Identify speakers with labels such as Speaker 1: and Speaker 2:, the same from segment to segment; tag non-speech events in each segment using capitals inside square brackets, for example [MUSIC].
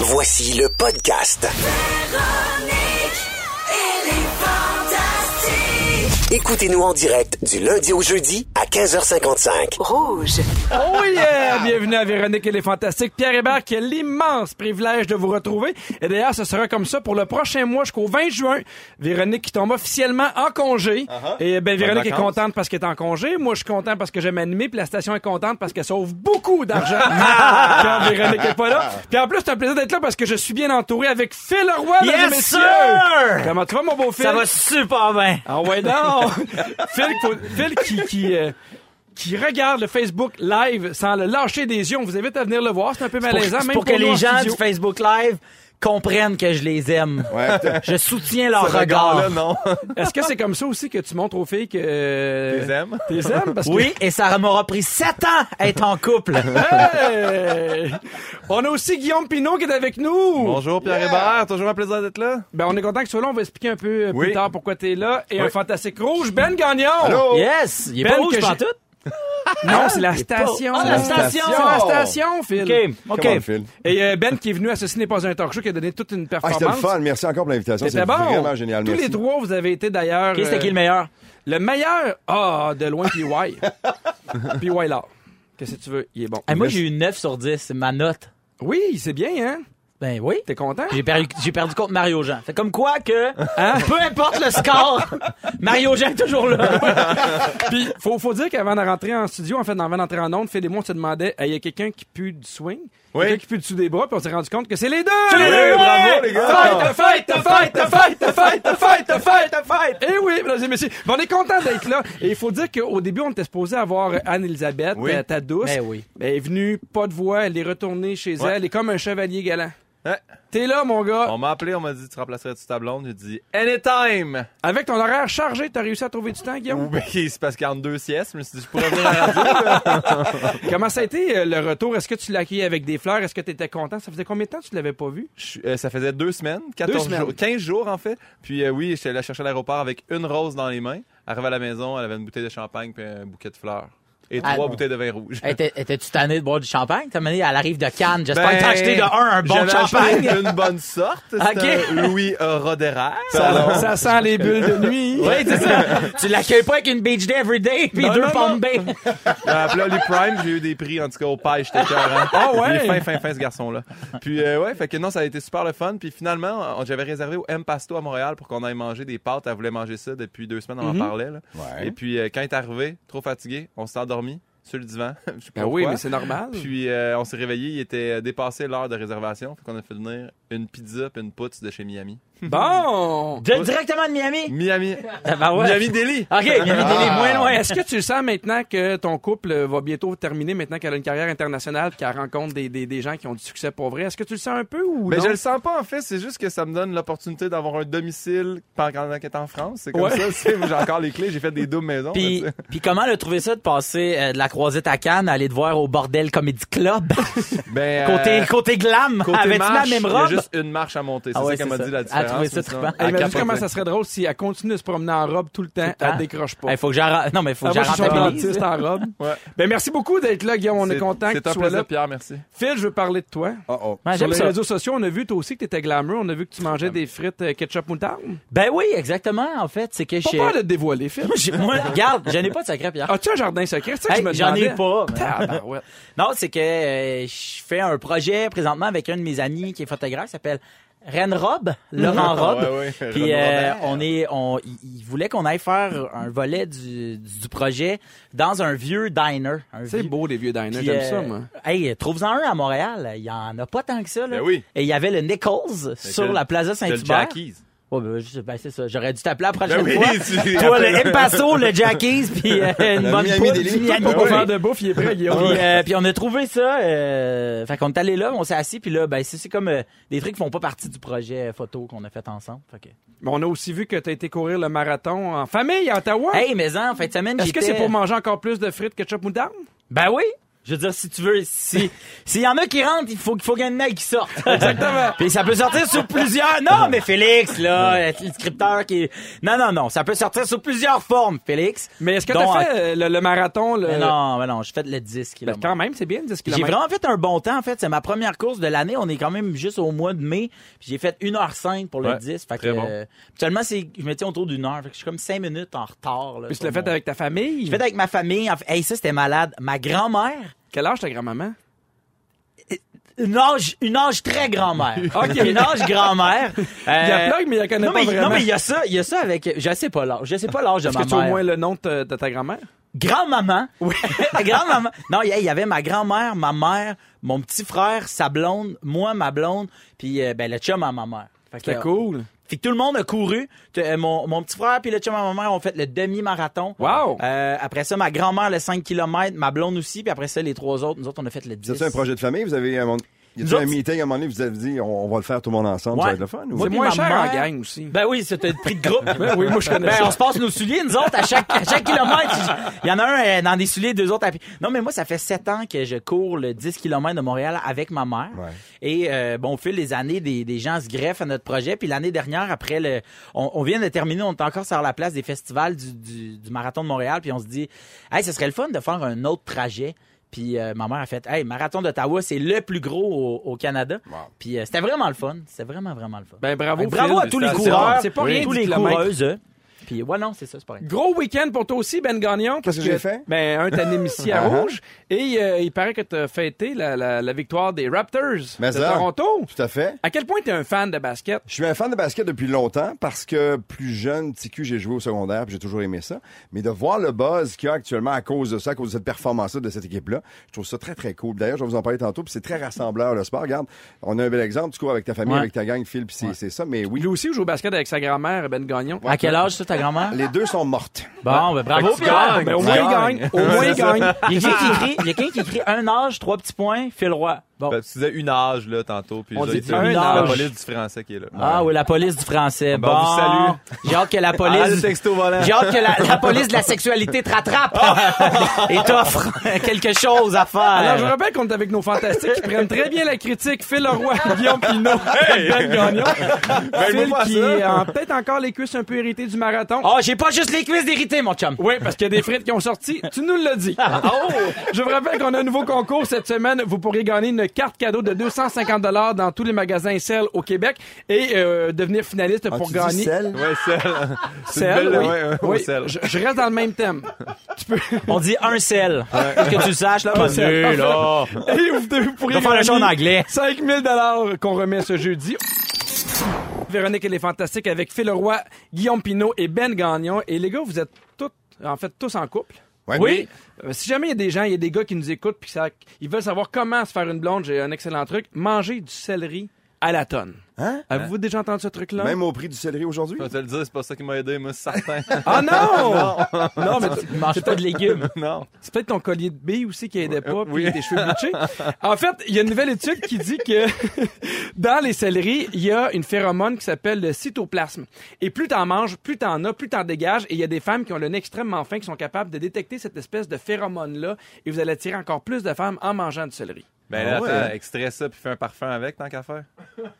Speaker 1: Voici le podcast. Écoutez-nous en direct du lundi au jeudi à 15h55.
Speaker 2: Rouge.
Speaker 3: Oh yeah! Bienvenue à Véronique et les Fantastiques. Pierre Hébert qui a l'immense privilège de vous retrouver. Et d'ailleurs, ce sera comme ça pour le prochain mois jusqu'au 20 juin. Véronique qui tombe officiellement en congé.
Speaker 4: Uh-huh.
Speaker 3: Et ben Véronique est
Speaker 5: vacances.
Speaker 3: contente parce qu'elle est en congé. Moi, je suis content parce que j'aime animer. Puis la station est contente parce qu'elle sauve beaucoup d'argent
Speaker 4: [LAUGHS]
Speaker 3: quand Véronique est pas là. Puis en plus, c'est un plaisir d'être là parce que je suis bien entouré avec Phil Roy, mesdames et
Speaker 4: Yes,
Speaker 3: messieurs.
Speaker 4: sir!
Speaker 3: Comment tu vas, mon beau Phil?
Speaker 4: Ça va super bien.
Speaker 3: Ah ouais, non! [LAUGHS] Phil, faut- Phil qui, qui, euh, qui regarde le Facebook live sans le lâcher des yeux, on vous invite à venir le voir. C'est un peu
Speaker 4: Pour,
Speaker 3: malaisant,
Speaker 4: c'est
Speaker 3: même
Speaker 4: pour que
Speaker 3: nous en
Speaker 4: les gens
Speaker 3: studio.
Speaker 4: du Facebook Live comprennent que je les aime.
Speaker 5: Ouais, ce
Speaker 4: Je soutiens leur regard.
Speaker 5: regard-là, non.
Speaker 3: Est-ce que c'est comme ça aussi que tu montres aux filles que...
Speaker 5: Tu les
Speaker 3: T'es
Speaker 5: aimes?
Speaker 3: Parce que-
Speaker 4: Oui, et ça m'aura pris sept ans à être en
Speaker 5: [LAUGHS]
Speaker 4: couple.
Speaker 3: Hey! On a aussi Guillaume Pinot qui est avec nous.
Speaker 5: Bonjour Pierre Hébert, toujours un plaisir d'être là.
Speaker 3: Ben, on est content que tu sois là. On va expliquer un peu euh, plus
Speaker 5: Oui.
Speaker 3: tard pourquoi t'es là. Et un fantastique rouge, Ben Gagnon.
Speaker 4: Yes, il est
Speaker 3: Belle
Speaker 4: pas Ben rouge
Speaker 3: que j'ai-
Speaker 4: pantoute.
Speaker 3: Non, c'est la station.
Speaker 4: Ah, la station.
Speaker 3: C'est la station, Phil.
Speaker 4: OK,
Speaker 5: OK. Comment,
Speaker 4: OK.
Speaker 5: Phil?
Speaker 3: Et euh, Ben qui est venu à Ceci n'est pas un talk show qui a donné toute une
Speaker 5: Ah,
Speaker 3: performance.
Speaker 5: c'était le fun. Merci encore pour l'invitation.
Speaker 3: C'était
Speaker 5: C'est
Speaker 3: bon.
Speaker 5: vraiment génial.
Speaker 3: Tous
Speaker 5: Merci.
Speaker 3: les trois, vous avez été d'ailleurs.
Speaker 4: Qui c'était qui
Speaker 3: euh,
Speaker 4: le meilleur?
Speaker 3: le meilleur? Ah, de loin, PY.
Speaker 5: [LAUGHS]
Speaker 3: PY là. Qu'est-ce que tu veux? Il est bon.
Speaker 4: Eh, moi, j'ai eu 9 sur 10, c'est ma note.
Speaker 3: Oui, c'est bien, hein?
Speaker 4: Ben oui.
Speaker 3: T'es content?
Speaker 4: J'ai perdu, j'ai perdu contre Mario Jean. Fait comme quoi que,
Speaker 3: Hein?
Speaker 4: peu importe le score, Mario Jean est toujours là.
Speaker 3: Puis, faut, faut dire qu'avant de rentrer en studio, en fait, avant d'entrer en onde, Phil et moi, on se demandait, il y a quelqu'un qui pue du swing?
Speaker 5: Oui.
Speaker 3: Quelqu'un qui pue dessous des bras, puis on s'est rendu compte que c'est les deux!
Speaker 4: les
Speaker 3: Oui,
Speaker 4: deux!
Speaker 5: Bravo les gars.
Speaker 3: Fight, fight, fight, fight, fight, fight, fight, fight. Eh oui, mesdames et messieurs, Ben, on est content d'être là. Et il faut dire qu'au début, on était supposé avoir Anne-Elisabeth,
Speaker 5: Oui.
Speaker 3: euh, ta douce.
Speaker 4: Ben oui.
Speaker 3: Ben, Elle est venue, pas de voix, elle est retournée chez
Speaker 5: Ouais.
Speaker 3: elle. Elle est comme un chevalier galant.
Speaker 5: Ouais.
Speaker 3: T'es là, mon gars.
Speaker 5: On m'a appelé, on m'a dit tu remplacerais-tu ta blonde? J'ai dit anytime!
Speaker 3: Avec ton horaire chargé, t'as réussi à trouver du temps,
Speaker 5: Ou
Speaker 3: Guillaume?
Speaker 5: [LAUGHS] bien c'est parce qu'il y a deux siestes, je me suis dit je pourrais venir à [LAUGHS] la radio.
Speaker 3: Comment ça a été euh, le retour? Est-ce que tu l'as accueilli avec des fleurs? Est-ce que t'étais content? Ça faisait combien de temps que tu l'avais pas vu?
Speaker 5: Je suis- euh, ça faisait deux semaines, 14
Speaker 3: Deux semaines.
Speaker 5: jours, 15 jours en fait. Puis euh, oui, j'étais allé la chercher à l'aéroport avec une rose dans les mains. Arrivé à la maison, elle avait une bouteille de champagne puis un bouquet de fleurs. Et
Speaker 4: Ah
Speaker 5: trois
Speaker 4: non.
Speaker 5: bouteilles de vin rouge.
Speaker 4: Hey, t'es- Étais-tu tanné de boire du champagne? T'as mené à la rive de Cannes. J'espère
Speaker 5: [LAUGHS] Ben,
Speaker 4: que t'as acheté de un un bon
Speaker 5: j'avais acheté
Speaker 4: champagne.
Speaker 5: Une bonne sorte.
Speaker 4: [LAUGHS] Ok.
Speaker 5: C'était un Louis Roderer.
Speaker 3: Ça, ça sent les bulles de
Speaker 5: [LAUGHS]
Speaker 3: nuit.
Speaker 4: Oui, c'est ça. tu l'accueilles pas avec une beach day every day puis
Speaker 3: Non,
Speaker 4: deux
Speaker 3: non, non.
Speaker 4: pommes bay.
Speaker 5: Euh, puis là, les Prime, j'ai eu des prix, en tout cas, au paille, j'étais écœurant.
Speaker 3: Ah ouais?
Speaker 5: Il est fin, fin, fin, ce garçon-là. Puis, euh, ouais, fait que non, ça a été super le fun. Puis finalement, on- j'avais réservé au M Pasto à Montréal pour qu'on aille manger des pâtes. Elle voulait manger ça depuis deux semaines,
Speaker 3: Mhm.
Speaker 5: on en parlait, là. Et puis, euh, quand il est arrivé, trop fatigué, on s'est endormi sur le divan. [LAUGHS] Je sais pas
Speaker 3: Ben oui,
Speaker 5: pourquoi.
Speaker 3: mais c'est normal.
Speaker 5: Puis, euh, on s'est réveillé, il était dépassé l'heure de réservation. Fait qu'on a fait venir une pizza puis une poutre de chez Miami.
Speaker 3: Bon!
Speaker 4: De- directement de Miami.
Speaker 5: Miami!
Speaker 4: Ben ouais.
Speaker 5: Miami Deli! Ah.
Speaker 4: OK, Miami Deli, moins loin.
Speaker 3: Est-ce que tu le sens maintenant que ton couple va bientôt terminer, maintenant qu'elle a une carrière internationale, qu'elle rencontre des, des, des gens qui ont du succès pour vrai? Est-ce que tu le sens un peu ou
Speaker 5: Mais
Speaker 3: non?
Speaker 5: Ben, je le sens pas en fait, c'est juste que ça me donne l'opportunité d'avoir un domicile pendant qu'elle est en France. C'est comme
Speaker 3: Ouais.
Speaker 5: ça, c'est- j'ai encore les clés, j'ai fait des doubles maisons.
Speaker 4: Puis,
Speaker 5: là, tu
Speaker 4: puis comment le trouvé ça de passer euh, de la croisette à Cannes à aller te voir au bordel Comedy Club
Speaker 5: sais. ben, euh,
Speaker 4: côté côté glam
Speaker 5: côté
Speaker 4: avec
Speaker 5: marche,
Speaker 4: la même
Speaker 5: Il y a
Speaker 4: robe
Speaker 5: juste une marche à monter, c'est
Speaker 4: Ah ouais,
Speaker 5: ça qu'elle
Speaker 4: c'est
Speaker 5: m'a
Speaker 4: ça.
Speaker 5: dit la
Speaker 4: Elle
Speaker 5: différence.
Speaker 4: trouvait ça
Speaker 5: mais sinon,
Speaker 4: trippant.
Speaker 5: elle
Speaker 3: Hey, Imagine
Speaker 5: capotait.
Speaker 3: comment ça serait drôle si elle continue de se promener en robe tout le temps,
Speaker 4: le temps.
Speaker 3: elle décroche pas.
Speaker 4: Il faut que j'arrête. Non mais faut
Speaker 3: Ah,
Speaker 4: que
Speaker 3: moi, je suis un
Speaker 4: j'arrête.
Speaker 3: dentiste en robe.
Speaker 5: Ouais.
Speaker 3: Ben, merci beaucoup d'être là, Guillaume. On est,
Speaker 5: C'est-
Speaker 3: content que
Speaker 5: C'est
Speaker 3: tu
Speaker 5: un
Speaker 3: sois
Speaker 5: plaisir,
Speaker 3: là.
Speaker 5: Pierre, merci.
Speaker 3: Phil, je veux parler de toi.
Speaker 4: Ouais,
Speaker 3: Sur
Speaker 4: j'aime
Speaker 3: les
Speaker 4: ça.
Speaker 3: réseaux sociaux, on a vu toi aussi que t'étais glamour. On a vu que tu mangeais des frites euh, ketchup moutarde.
Speaker 4: Ben oui, exactement en fait, c'est que je
Speaker 3: Pas peur de te dévoiler, Phil.
Speaker 4: [LAUGHS] Moi, j'ai- moi, regarde, je n'ai pas de secret Pierre.
Speaker 3: As-tu un jardin secret? C'est ça que
Speaker 4: Hey,
Speaker 3: je me
Speaker 4: j'en ai
Speaker 3: demandais.
Speaker 4: pas. mais- [LAUGHS]
Speaker 3: Tabarouette.
Speaker 4: Non, c'est que euh, je fais un projet présentement avec un de mes amis qui est photographe, qui s'appelle Ren Rob, Laurent Rob.
Speaker 5: Ah, Ouais, ouais,
Speaker 4: Puis
Speaker 5: Ren
Speaker 4: euh,
Speaker 5: Robert.
Speaker 4: on est, on, il il voulait qu'on aille faire un volet du, du projet dans un vieux diner. un
Speaker 3: C'est
Speaker 4: vieux-
Speaker 3: beau, les vieux diners.
Speaker 4: Puis,
Speaker 3: J'aime
Speaker 4: euh,
Speaker 3: ça, moi.
Speaker 4: Hey, trouve-en un à Montréal. Il y en a pas tant que ça. Là.
Speaker 5: Ben oui.
Speaker 4: Et il y avait le Nichols sur
Speaker 5: le-
Speaker 4: la Plaza
Speaker 5: C'est le
Speaker 4: Saint-Hubert.
Speaker 5: Jackies.
Speaker 4: Ouais, ben, je- ben, c'est ça. J'aurais dû t'appeler la prochaine
Speaker 5: Ben oui,
Speaker 4: fois.
Speaker 5: tu-
Speaker 4: Toi, le Impasso, le Jackies, puis
Speaker 5: [LAUGHS]
Speaker 4: euh, une
Speaker 5: Le
Speaker 4: bonne
Speaker 5: Miami
Speaker 4: poudre
Speaker 5: Deli.
Speaker 4: du Miami.
Speaker 5: Ben
Speaker 3: Pour
Speaker 5: oui.
Speaker 3: faire de bouffe, il est prêt, Guillaume.
Speaker 4: Puis, euh, puis on a trouvé ça. Euh, fait qu'on est allé là, on s'est assis, puis là, ben c'est c'est comme euh, des trucs qui font pas partie du projet photo qu'on a fait ensemble. Fait que...
Speaker 3: Mais on a aussi vu que t'as été courir le marathon en famille à Ottawa.
Speaker 4: Hey, mais en fin de semaine,
Speaker 3: Est-ce que
Speaker 4: j'étais-
Speaker 3: c'est pour manger encore plus de frites ketchup moutarde?
Speaker 4: Ben oui. Je veux dire, si tu veux,
Speaker 3: [LAUGHS]
Speaker 4: si s'il y en a qui rentrent, il faut qu'il faut qu'il y en ait qui sortent.
Speaker 3: Exactement.
Speaker 4: Puis ça peut sortir sur plusieurs. Non, mais Félix, là, le scripteur qui. Non, non, non, ça peut sortir sur plusieurs formes, Félix.
Speaker 3: Mais est-ce que
Speaker 4: Donc,
Speaker 3: t'as fait euh, le, le marathon? Le...
Speaker 4: Mais non, mais non, j'ai fait le 10
Speaker 3: Ben,
Speaker 4: km.
Speaker 3: quand même, c'est bien, 10
Speaker 4: J'ai
Speaker 3: km.
Speaker 4: vraiment fait un bon temps, en fait. C'est ma première course de l'année. On est quand même juste au mois de mai. Puis J'ai fait 1h05 pour le
Speaker 5: Ouais,
Speaker 4: 10. Fait que,
Speaker 5: très bon.
Speaker 4: euh, habituellement, c'est, je me tiens autour d'une heure. Fait que je suis comme 5 minutes en retard. Là,
Speaker 3: Puis tu
Speaker 4: sur
Speaker 3: l'as fait
Speaker 4: mon-
Speaker 3: avec ta famille?
Speaker 4: Je l'ai fait avec ma famille. En fait, Hey, ça, c'était malade. Ma grand-mère,
Speaker 3: Quel âge ta grand-maman?
Speaker 4: une âge, une âge très grand-mère.
Speaker 3: [LAUGHS] Ok.
Speaker 4: Une âge grand-mère.
Speaker 3: Il y a
Speaker 4: Euh,
Speaker 3: plug, mais il la connaît
Speaker 4: non,
Speaker 3: pas
Speaker 4: mais,
Speaker 3: vraiment.
Speaker 4: non, mais il y a ça, il y a ça avec, je sais pas l'âge, je sais pas l'âge de
Speaker 3: Est-ce
Speaker 4: ma
Speaker 3: que tu as au
Speaker 4: mère.
Speaker 3: moins le nom de, ta- de ta grand-mère?
Speaker 4: Grand-maman. Oui. [LAUGHS] grand-maman. Non, il y a- il y avait ma grand-mère, ma mère, mon petit frère, sa blonde, moi, ma blonde, puis euh, ben, le chum à ma mère. Fait que,
Speaker 3: C'était
Speaker 4: euh,
Speaker 3: cool.
Speaker 4: Fait que tout le monde a couru. Tu- euh, Mon, mon petit frère puis le chum à ma mère ont fait le demi-marathon.
Speaker 3: Wow.
Speaker 4: Euh, après ça, ma grand-mère le 5 km, ma blonde aussi, puis après ça, les trois autres. Nous autres, on a fait le 10.
Speaker 2: C'est un projet de famille? Vous avez un, mon- y a-t-il
Speaker 4: Nous
Speaker 2: un
Speaker 4: autres-
Speaker 2: meeting à un moment donné, vous avez dit on, on va le faire tout le monde ensemble,
Speaker 4: Ouais.
Speaker 2: ça va être le fun? ou-
Speaker 4: Moi,
Speaker 3: C'est
Speaker 4: puis
Speaker 3: moins
Speaker 4: ma
Speaker 3: cher
Speaker 2: hein?
Speaker 4: mère-
Speaker 3: en gang aussi.
Speaker 4: Ben oui, c'est un prix de
Speaker 3: [LAUGHS]
Speaker 4: groupe.
Speaker 3: Ben oui, moi, je connais
Speaker 4: Ben,
Speaker 3: ça.
Speaker 4: on se passe nos souliers, nous autres, à chaque, à chaque kilomètre. Il y en a un euh, dans des souliers, deux autres à pied. Non, mais moi, ça fait sept ans que je cours le 10 km de Montréal avec ma mère.
Speaker 2: Ouais.
Speaker 4: Et euh, bon, au fil des années, des, des gens se greffent à notre projet. Puis l'année dernière, après le, on, on vient de terminer, on est encore sur la place des festivals du, du- du marathon de Montréal. Puis on se dit, hey, ce serait le fun de faire un autre trajet. Puis euh, ma mère a fait, hey, marathon d'Ottawa, c'est le plus gros au, au Canada. Puis euh, c'était vraiment le fun. C'était vraiment vraiment le fun.
Speaker 3: Ben, bravo,
Speaker 4: Ouais, Ah, bravo
Speaker 3: Phil.
Speaker 4: à tous les
Speaker 3: C'est-
Speaker 4: coureurs,
Speaker 3: C'est pas
Speaker 4: Oui.
Speaker 3: rien
Speaker 4: tous
Speaker 3: du
Speaker 4: les
Speaker 3: kilomètre.
Speaker 4: coureuses. hein. Puis ouais, non, c'est ça, c'est pas rien.
Speaker 3: Gros week-end pour toi aussi, Ben Gagnon. parce
Speaker 2: Qu'est-ce que j'ai fait? Uh-huh.
Speaker 3: Ben, un t'animes ici
Speaker 2: [LAUGHS]
Speaker 3: à Rouge. Et euh, il paraît que t'as fêté la, la- la victoire des Raptors
Speaker 2: Mais
Speaker 3: de
Speaker 2: Ben ça.
Speaker 3: Toronto.
Speaker 2: Tout à fait.
Speaker 3: À quel point t'es un fan de basket?
Speaker 2: Je suis un fan de basket depuis longtemps parce que plus jeune, petit cul, j'ai joué au secondaire puis j'ai toujours aimé ça. Mais de voir le buzz qu'il y a actuellement à cause de ça, à cause de cette performance-là, de cette équipe-là, je trouve ça très, très cool. D'ailleurs, je vais vous en parler tantôt puis c'est très rassembleur, le sport. Regarde, on a un bel exemple. Tu cours avec ta famille,
Speaker 4: Ouais.
Speaker 2: avec ta gang, Phil, puis c'est c'est ça. Mais oui,
Speaker 3: Lui aussi, il joue au basket avec sa grand-mère, Ben Gagnon.
Speaker 4: À quel âge ça, ta grand-mère?
Speaker 2: les deux sont mortes.
Speaker 4: Bon, ben bravo,
Speaker 5: tu
Speaker 4: Pierre!
Speaker 5: gagnes.
Speaker 3: Ben, au moins, il
Speaker 2: Ouais.
Speaker 3: gagne. Au moins, il gagne.
Speaker 4: Il y a quelqu'un qui écrit, il y a quelqu'un qui écrit un âge, trois petits points, Phil Roy. Bon.
Speaker 5: Ben, tu disais une âge, là, tantôt. Puis
Speaker 3: On
Speaker 5: là,
Speaker 3: dit
Speaker 5: il dit
Speaker 3: un
Speaker 5: la
Speaker 3: âge.
Speaker 5: police du français qui est là.
Speaker 4: Ah oui, la police du français.
Speaker 5: Ben,
Speaker 4: bon,
Speaker 5: on vous salue.
Speaker 4: j'ai hâte que la
Speaker 5: Ah, le
Speaker 4: police...
Speaker 5: texto volant.
Speaker 4: J'ai hâte que la, la police de la sexualité te
Speaker 5: [LAUGHS]
Speaker 4: rattrape et t'offre quelque chose à faire.
Speaker 3: Alors, je rappelle qu'on est avec nos fantastiques qui prennent très bien la critique. Phil Leroy, [LAUGHS] Guillaume Pinot, Ben Gagnon.
Speaker 2: Ben,
Speaker 3: Phil
Speaker 5: moi à
Speaker 3: qui
Speaker 5: ça.
Speaker 3: a peut-être encore les cuisses un peu héritées du marathon.
Speaker 4: Oh, j'ai pas juste les cuisses d'hérité, mon chum.
Speaker 3: Oui, parce qu'il y a des frites qui ont sorti. Tu nous l'as dit.
Speaker 4: Ah.
Speaker 3: Ah, oh! Je vous rappelle qu'on a un nouveau concours cette semaine. Vous pourrez gagner une carte cadeau de 250 dans tous les magasins Cell au Québec et euh, devenir finaliste
Speaker 2: Ah,
Speaker 3: pour
Speaker 2: tu dis
Speaker 3: gagner.
Speaker 2: sel?
Speaker 5: Ouais, celle. C'est une
Speaker 3: Cell,
Speaker 5: belle-
Speaker 3: oui.
Speaker 5: ouais, ouais,
Speaker 3: Oui,
Speaker 5: au sel.
Speaker 3: Je, je reste dans le même thème. Tu peux.
Speaker 4: On dit un sel. Que tu le saches, là, Manu,
Speaker 3: sel.
Speaker 4: là.
Speaker 3: Et vous, vous
Speaker 4: Je
Speaker 3: pourrez
Speaker 4: vais faire le show en
Speaker 3: gagner-
Speaker 4: anglais.
Speaker 3: 5000 dollars qu'on remet ce jeudi. Véronique, elle est fantastique avec Phil Roy, Guillaume Pinault et Ben Gagnon. Et les gars, vous êtes tous, en fait, tous en couple.
Speaker 2: Ouais,
Speaker 3: Oui. Euh, si jamais il y a des gens, il y a des gars qui nous écoutent puis ça- ils veulent savoir comment se faire une blonde, j'ai un excellent truc. Manger du céleri à la tonne.
Speaker 2: Hein?
Speaker 3: Avez-vous déjà entendu ce
Speaker 2: mais
Speaker 3: truc-là?
Speaker 2: Même au prix du céleri aujourd'hui?
Speaker 5: Je vais te le dire, c'est pas ça qui m'a aidé, moi, c'est certain.
Speaker 3: Ah non! non! mais tu-
Speaker 4: Il mange pas de légumes.
Speaker 5: non.
Speaker 3: c'est peut-être ton collier de billes aussi qui aidait pas, puis
Speaker 5: oui.
Speaker 3: tes cheveux bleachés. En fait, il y a une nouvelle étude qui dit que [LAUGHS] dans les céleris, il y a une phéromone qui s'appelle le cytoplasme. Et plus t'en manges, plus t'en as, plus t'en dégages. Et il y a des femmes qui ont le nez extrêmement fin qui sont capables de détecter cette espèce de phéromone-là. Et vous allez attirer encore plus de femmes en mangeant du céleri.
Speaker 5: Ben,
Speaker 2: Ah
Speaker 5: là,
Speaker 2: ouais.
Speaker 5: attends, extrais ça, puis fais un parfum avec, tant qu'à faire.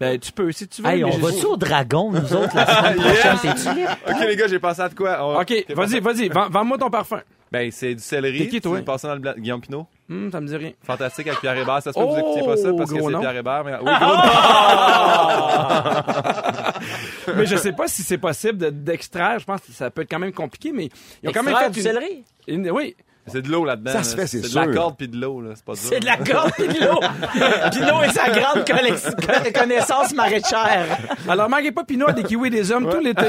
Speaker 3: Ben, tu peux si tu veux. mais
Speaker 4: Hey, on
Speaker 3: j'ai-
Speaker 4: va-tu au dragon, nous autres, la [LAUGHS] semaine prochaine? C'est-tu Ah, libre?
Speaker 5: Ok, les gars, j'ai pensé à de quoi. On-
Speaker 3: OK,
Speaker 5: T'es
Speaker 3: vas-y,
Speaker 5: pensé-
Speaker 3: vas-y, vends- vends-moi ton parfum.
Speaker 5: Ben, c'est du céleri.
Speaker 3: T'es qui,
Speaker 5: tu
Speaker 3: toi?
Speaker 5: veux passer dans le blanc. Guillaume Pinot.
Speaker 3: Hum, ça me dit rien.
Speaker 5: Fantastique avec Pierre Hébert. Ça se peut que vous
Speaker 3: Oh,
Speaker 5: écoutiez pas ça parce que
Speaker 3: gros
Speaker 5: c'est
Speaker 3: nom. ah!
Speaker 5: Pierre Hébert. Mais... Oui, gros nom.
Speaker 4: Ah!
Speaker 3: [LAUGHS] mais je sais pas si c'est possible de- d'extraire. Je pense que ça peut être quand même compliqué, mais ils ont quand même
Speaker 4: Extraire
Speaker 3: fait
Speaker 4: du
Speaker 3: une-
Speaker 4: céleri?
Speaker 3: une- Oui,
Speaker 5: C'est de l'eau là-dedans.
Speaker 2: Ça se fait,
Speaker 5: là.
Speaker 2: c'est
Speaker 5: C'est de
Speaker 2: sûr.
Speaker 5: la corde puis de l'eau, là. C'est pas dur.
Speaker 4: C'est de la corde pis de [LAUGHS] l'eau. Pinot et sa grande collec- connaissance maraîchère.
Speaker 3: Alors, manquez pas Pinot à des kiwis et des hommes tout l'été.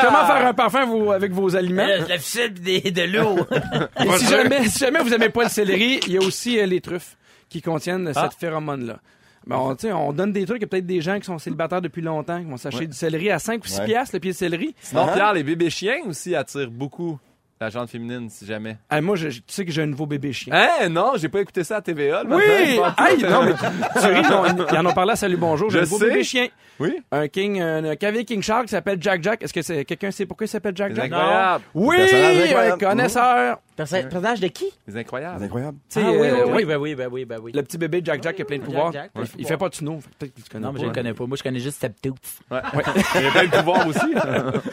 Speaker 3: Comment faire un parfum vous- avec vos aliments?
Speaker 4: la ficelle Euh, de, [LAUGHS] l'eau.
Speaker 3: Et si, jamais, si jamais vous aimez pas le céleri, il y a aussi euh, les truffes qui contiennent euh,
Speaker 5: Ah.
Speaker 3: cette phéromone-là. Ben, on, tu sais, on donne des trucs, il y a peut-être des gens qui sont célibataires depuis longtemps, qui vont s'acheter du céleri à 5 ou 6
Speaker 2: Ouais.
Speaker 3: piastres, le pied de céleri.
Speaker 5: Sinon, Pierre, les bébés chiens aussi attirent beaucoup la gente féminine, si jamais.
Speaker 3: Ah, moi, je- je- tu sais que j'ai un nouveau bébé chien.
Speaker 5: Hein? Non, j'ai pas écouté ça à TVA. le
Speaker 3: Oui!
Speaker 5: matin.
Speaker 3: Hey, non, [LAUGHS] mais tu ris, non, ils en ont parlé à Salut Bonjour. J'ai
Speaker 5: Je
Speaker 3: un nouveau
Speaker 5: sais.
Speaker 3: bébé chien.
Speaker 5: Oui?
Speaker 3: Un king, un, un cavalier King Shark qui s'appelle Jack Jack. Est-ce que c'est, quelqu'un sait pourquoi il s'appelle Jack
Speaker 5: C'est
Speaker 3: Jack?
Speaker 5: incroyable.
Speaker 3: Oui!
Speaker 2: Personnage
Speaker 3: Un
Speaker 2: incroyable.
Speaker 3: connaisseur!
Speaker 4: Perso- Personnage de qui?
Speaker 5: C'est incroyable.
Speaker 2: C'est incroyable.
Speaker 3: Tu sais,
Speaker 4: Ah, oui,
Speaker 3: euh,
Speaker 4: oui,
Speaker 3: ouais,
Speaker 4: oui, ben oui, ben oui, ben oui.
Speaker 3: Le petit bébé Jack Jack qui a plein de pouvoirs.
Speaker 4: Jack
Speaker 3: Il-
Speaker 4: Jack, plein de
Speaker 3: il
Speaker 4: pouvoirs.
Speaker 3: fait pas de snow. fait que Peut-être que tu le connais
Speaker 4: Non, mais je
Speaker 3: pas.
Speaker 4: le connais pas. Moi, je connais juste Steptooth.
Speaker 5: Ouais. Il y a plein de pouvoir aussi.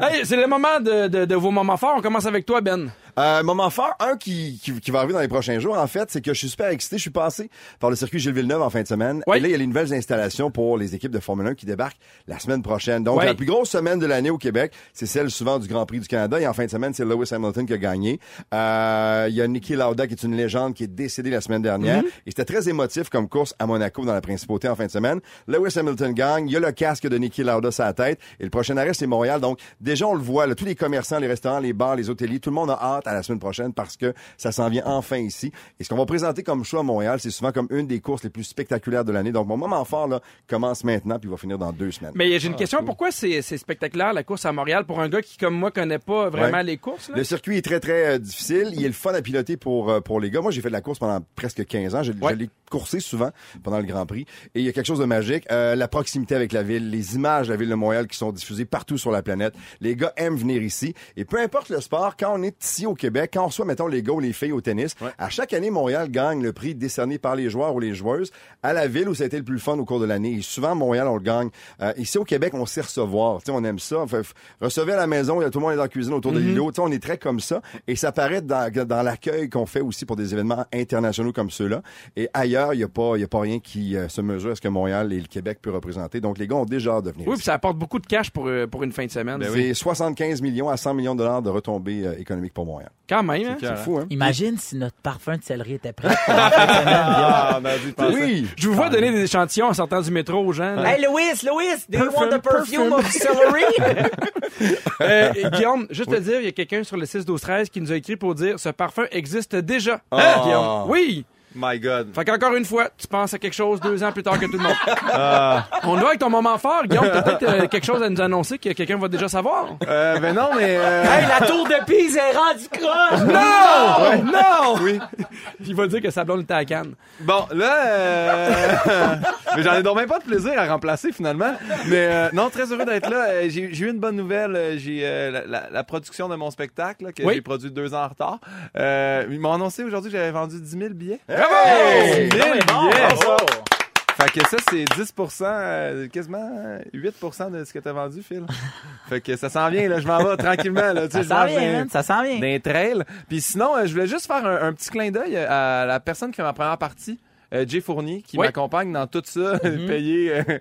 Speaker 3: Hey, c'est le moment de, de- de vos moments forts. On commence avec toi, Ben.
Speaker 2: Euh, moment fort, un qui, qui, qui va arriver dans les prochains jours, en fait, c'est que je suis super excité. Je suis passé par le circuit Gilles Villeneuve en fin de semaine.
Speaker 3: Oui.
Speaker 2: Et là, il y a les nouvelles installations pour les équipes de Formule 1 qui débarquent la semaine prochaine. Donc,
Speaker 3: Oui.
Speaker 2: la plus grosse semaine de l'année au Québec, c'est celle souvent du Grand Prix du Canada. Et en fin de semaine, c'est Lewis Hamilton qui a gagné. Euh, il y a Niki Lauda qui est une légende qui est décédée la semaine dernière. Et c'était très émotif comme course à Monaco dans la principauté en fin de semaine. Lewis Hamilton gagne. Il y a le casque de Niki Lauda sur la tête. Et le prochain arrêt, c'est Montréal. Donc, déjà, on le voit, là, tous les commerçants, les restaurants, les bars, les hôteliers, tout le monde a hâte à la semaine prochaine parce que ça s'en vient enfin ici. Et ce qu'on va présenter comme choix à Montréal, c'est souvent comme une des courses les plus spectaculaires de l'année. Donc, mon moment fort, là, commence maintenant puis va finir dans deux semaines.
Speaker 3: Mais
Speaker 4: Ah,
Speaker 3: j'ai une question. Pourquoi c'est c'est spectaculaire, la course à Montréal, pour un gars qui, comme moi, connaît pas vraiment
Speaker 2: Ouais.
Speaker 3: les courses? là?
Speaker 2: Le circuit est très, très euh, difficile. Il est le fun à piloter pour, euh, pour les gars. Moi, j'ai fait de la course pendant presque 15 ans. Je, je
Speaker 3: Ouais.
Speaker 2: l'ai coursé souvent pendant le Grand Prix. Et il y a quelque chose de magique. Euh, la proximité avec la ville, les images de la ville de Montréal qui sont diffusées partout sur la planète. Les gars aiment venir ici. Et peu importe le sport, quand on est ici au Québec, quand on reçoit, mettons, les gars ou les filles au tennis, à chaque année, Montréal gagne le prix décerné par les joueurs ou les joueuses à la ville où ça a été le plus fun au cours de l'année. Et souvent, Montréal, on le gagne. Euh, ici au Québec, on sait recevoir. Tu sais, on aime ça. Enfin, f- recevez à la maison, il y a tout le monde est dans la cuisine autour de l'îlot. Tu sais, on est très comme ça. Et ça paraît dans, dans l'accueil qu'on fait aussi pour des événements internationaux comme ceux-là. Et ailleurs, il n'y a, pas- il y a pas rien qui euh, se mesure à ce que Montréal et le Québec peut représenter. Donc, les gars ont déjà hâte de venir
Speaker 3: Oui, puis
Speaker 2: ici.
Speaker 3: ça apporte beaucoup de cash pour, euh, pour une fin de semaine.
Speaker 2: C'est
Speaker 5: Ben oui.
Speaker 2: 75 millions à 100 millions de dollars de retombées euh, économiques pour Montréal.
Speaker 3: Quand même, hein?
Speaker 2: C'est fou, hein?
Speaker 4: Imagine si notre parfum de céleri était prêt.
Speaker 5: Ah, on a dû penser.
Speaker 2: Oui!
Speaker 3: Je vous vois donner des échantillons en sortant du métro aux gens. là.
Speaker 4: [LAUGHS] hey, Louis, Louis, do you
Speaker 3: Perfume,
Speaker 4: want the perfume of celery?
Speaker 3: Euh, [LAUGHS] et Guillaume, juste te dire, il y a quelqu'un sur le 6-12-13 qui nous a écrit pour dire ce parfum existe déjà. Hein,
Speaker 5: Oh.
Speaker 3: Guillaume? Oui!
Speaker 5: My God.
Speaker 3: Fait qu'encore une fois, tu penses à quelque chose deux ans plus tard que tout le [LAUGHS] monde. On doit avec ton moment fort, Guillaume. T'as peut-être euh, quelque chose à nous annoncer que quelqu'un va déjà savoir.
Speaker 5: Euh, ben non, mais. euh,
Speaker 4: hey, la tour de Pise est rendue croche!
Speaker 3: Non! Non! Il va dire que sa blonde était à Cannes.
Speaker 5: Bon, là, euh, [LAUGHS] mais j'en ai donc même pas de plaisir à remplacer finalement. Mais euh, non, très heureux d'être là. Euh, J'ai j'ai eu une bonne nouvelle. Euh, J'ai euh, la, la- la production de mon spectacle là, que
Speaker 3: Oui.
Speaker 5: j'ai produit deux ans en retard. Euh, ils m'ont annoncé aujourd'hui que j'avais vendu 10 000 billets.
Speaker 2: Hey!
Speaker 5: 10 000
Speaker 4: bon,
Speaker 5: billets!
Speaker 4: bravo!
Speaker 5: Fait que ça, c'est 10 euh, quasiment 8 de ce que t'as vendu, Phil. Fait que ça s'en vient, là. Je m'en vais tranquillement, là. Tu
Speaker 4: Ça
Speaker 5: sais, je
Speaker 4: s'en
Speaker 5: mange
Speaker 4: vient, hein? Ben,
Speaker 5: des-
Speaker 4: man, ça s'en vient.
Speaker 5: [LAUGHS] d'un trail. Puis sinon, euh, je voulais juste faire un, un petit clin d'œil euh, à la personne qui fait ma première partie. euh, Jay Fournier, qui
Speaker 3: Oui.
Speaker 5: m'accompagne dans tout ça, [LAUGHS] payé euh,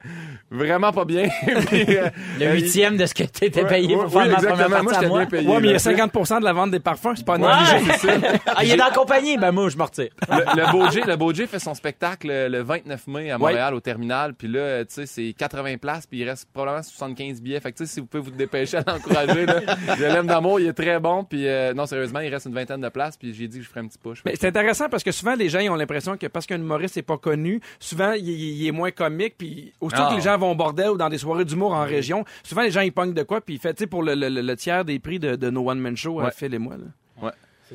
Speaker 5: vraiment pas bien. [LAUGHS] Puis, euh,
Speaker 4: Le
Speaker 5: euh,
Speaker 4: huitième de ce que t'étais
Speaker 5: ouais,
Speaker 4: payé
Speaker 5: ouais,
Speaker 4: pour faire
Speaker 5: oui,
Speaker 4: ma
Speaker 5: exactement.
Speaker 4: première
Speaker 5: Moi,
Speaker 4: partie à
Speaker 5: j'étais
Speaker 4: moi.
Speaker 5: bien payé,
Speaker 3: Ouais, mais il y a
Speaker 5: là.
Speaker 3: 50 de la vente des parfums, c'est pas
Speaker 4: Ouais.
Speaker 3: négligeable.
Speaker 4: ah, il est dans la compagnie? Ben moi, je m'en retire.
Speaker 5: le, le Beaugé, le Beaugé fait son spectacle euh, le 29 mai à Montréal au terminal. Puis là, euh, tu sais, c'est 80 places, puis il reste probablement 75 billets. Fait que tu sais, si vous pouvez vous dépêcher à l'encourager, là, je l'aime d'amour, il est très bon. Puis euh, non, sérieusement, il reste une vingtaine de places. Puis j'ai dit que je ferais un petit push.
Speaker 3: Mais c'est intéressant parce que souvent les gens ils ont l'impression que parce qu'un humoriste n'est pas connu, souvent il, il- il est moins comique. Puis aussitôt
Speaker 5: Ah.
Speaker 3: que les gens vont au bordel ou dans des soirées d'humour en région, souvent les gens ils pognent de quoi. Puis il fait, tu sais, pour le, le- le- le tiers des prix de, de No One Man Show, hein,
Speaker 5: Ouais.
Speaker 3: Phil et moi. là.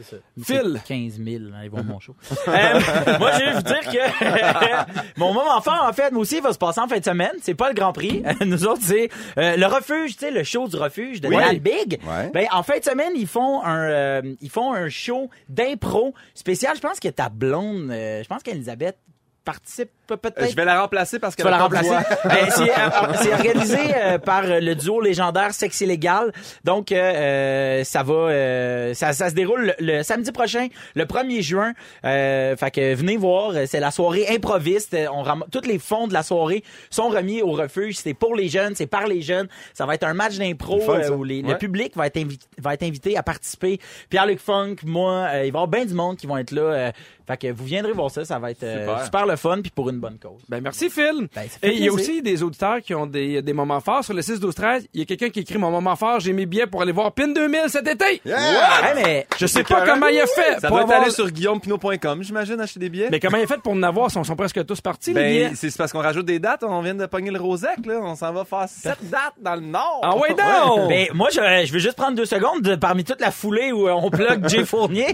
Speaker 3: Phil.
Speaker 4: Phil. 15 000, hein, ils vont à mon show. [LAUGHS] Euh, moi, je vais vous dire que [LAUGHS] mon moment fort, en fait, moi aussi, il va se passer en fin de semaine. C'est pas le Grand Prix. [LAUGHS] Nous autres, c'est euh, le refuge, tu sais, le show du refuge de
Speaker 3: Oui.
Speaker 4: Dan Big.
Speaker 2: Ouais.
Speaker 4: Ben, en fin de semaine, ils font un, euh, ils font un show d'impro spécial. Je pense que ta blonde, euh, je pense qu'Elisabeth participe peut-être.
Speaker 5: Euh, je vais la remplacer parce
Speaker 4: Tu
Speaker 5: qu'elle
Speaker 4: vas
Speaker 5: a
Speaker 4: la
Speaker 5: pas de
Speaker 4: remplacer.
Speaker 5: voix.
Speaker 4: [LAUGHS] Ben, c'est, euh, c'est organisé euh, par euh, le duo légendaire Sexy Légal. Donc, euh, euh, ça va... euh, ça, ça se déroule le, le samedi prochain, le 1er juin. Euh, fait que venez voir. euh, C'est la soirée improviste. Euh, On ram... Tous les fonds de la soirée sont remis au refuge. C'est pour les jeunes, c'est par les jeunes. Ça va être un match d'impro
Speaker 2: C'est le fun,
Speaker 4: euh,
Speaker 2: ça.
Speaker 4: où les- le
Speaker 5: Ouais.
Speaker 4: public va être, invité, va être invité à participer. Pierre-Luc Funk, moi, euh, il va y avoir bien du monde qui vont être là. euh, fait que vous viendrez voir ça. Ça va être euh, super.
Speaker 5: Super.
Speaker 4: le fun puis pour une bonne cause.
Speaker 3: Ben merci Phil.
Speaker 4: Ben, ça fait
Speaker 3: et il y a
Speaker 4: plaisir.
Speaker 3: aussi des auditeurs qui ont des, des moments forts sur le 6 12 13. Il y a quelqu'un qui écrit mon moment fort, j'ai mes billets pour aller voir Pin 2000 cet été.
Speaker 2: Yeah!
Speaker 4: Hey, mais
Speaker 3: Je sais pas comment il a [LAUGHS] fait
Speaker 5: Ça
Speaker 3: pour
Speaker 5: doit être
Speaker 3: avoir-
Speaker 5: aller sur guillaumepinot.com, j'imagine, acheter des billets.
Speaker 3: Mais comment il a fait pour en avoir, sont, sont presque tous partis les billets.
Speaker 5: Ben, c'est c'est parce qu'on rajoute des dates. On vient de pogner le Rosec, là. On s'en va faire sept dates dans le Nord.
Speaker 3: Ben, Ah ouais non.
Speaker 4: Ben, moi, je, je vais juste prendre deux secondes de- parmi toute la foulée où euh, on plug
Speaker 3: [LAUGHS]
Speaker 4: Jay Fournier.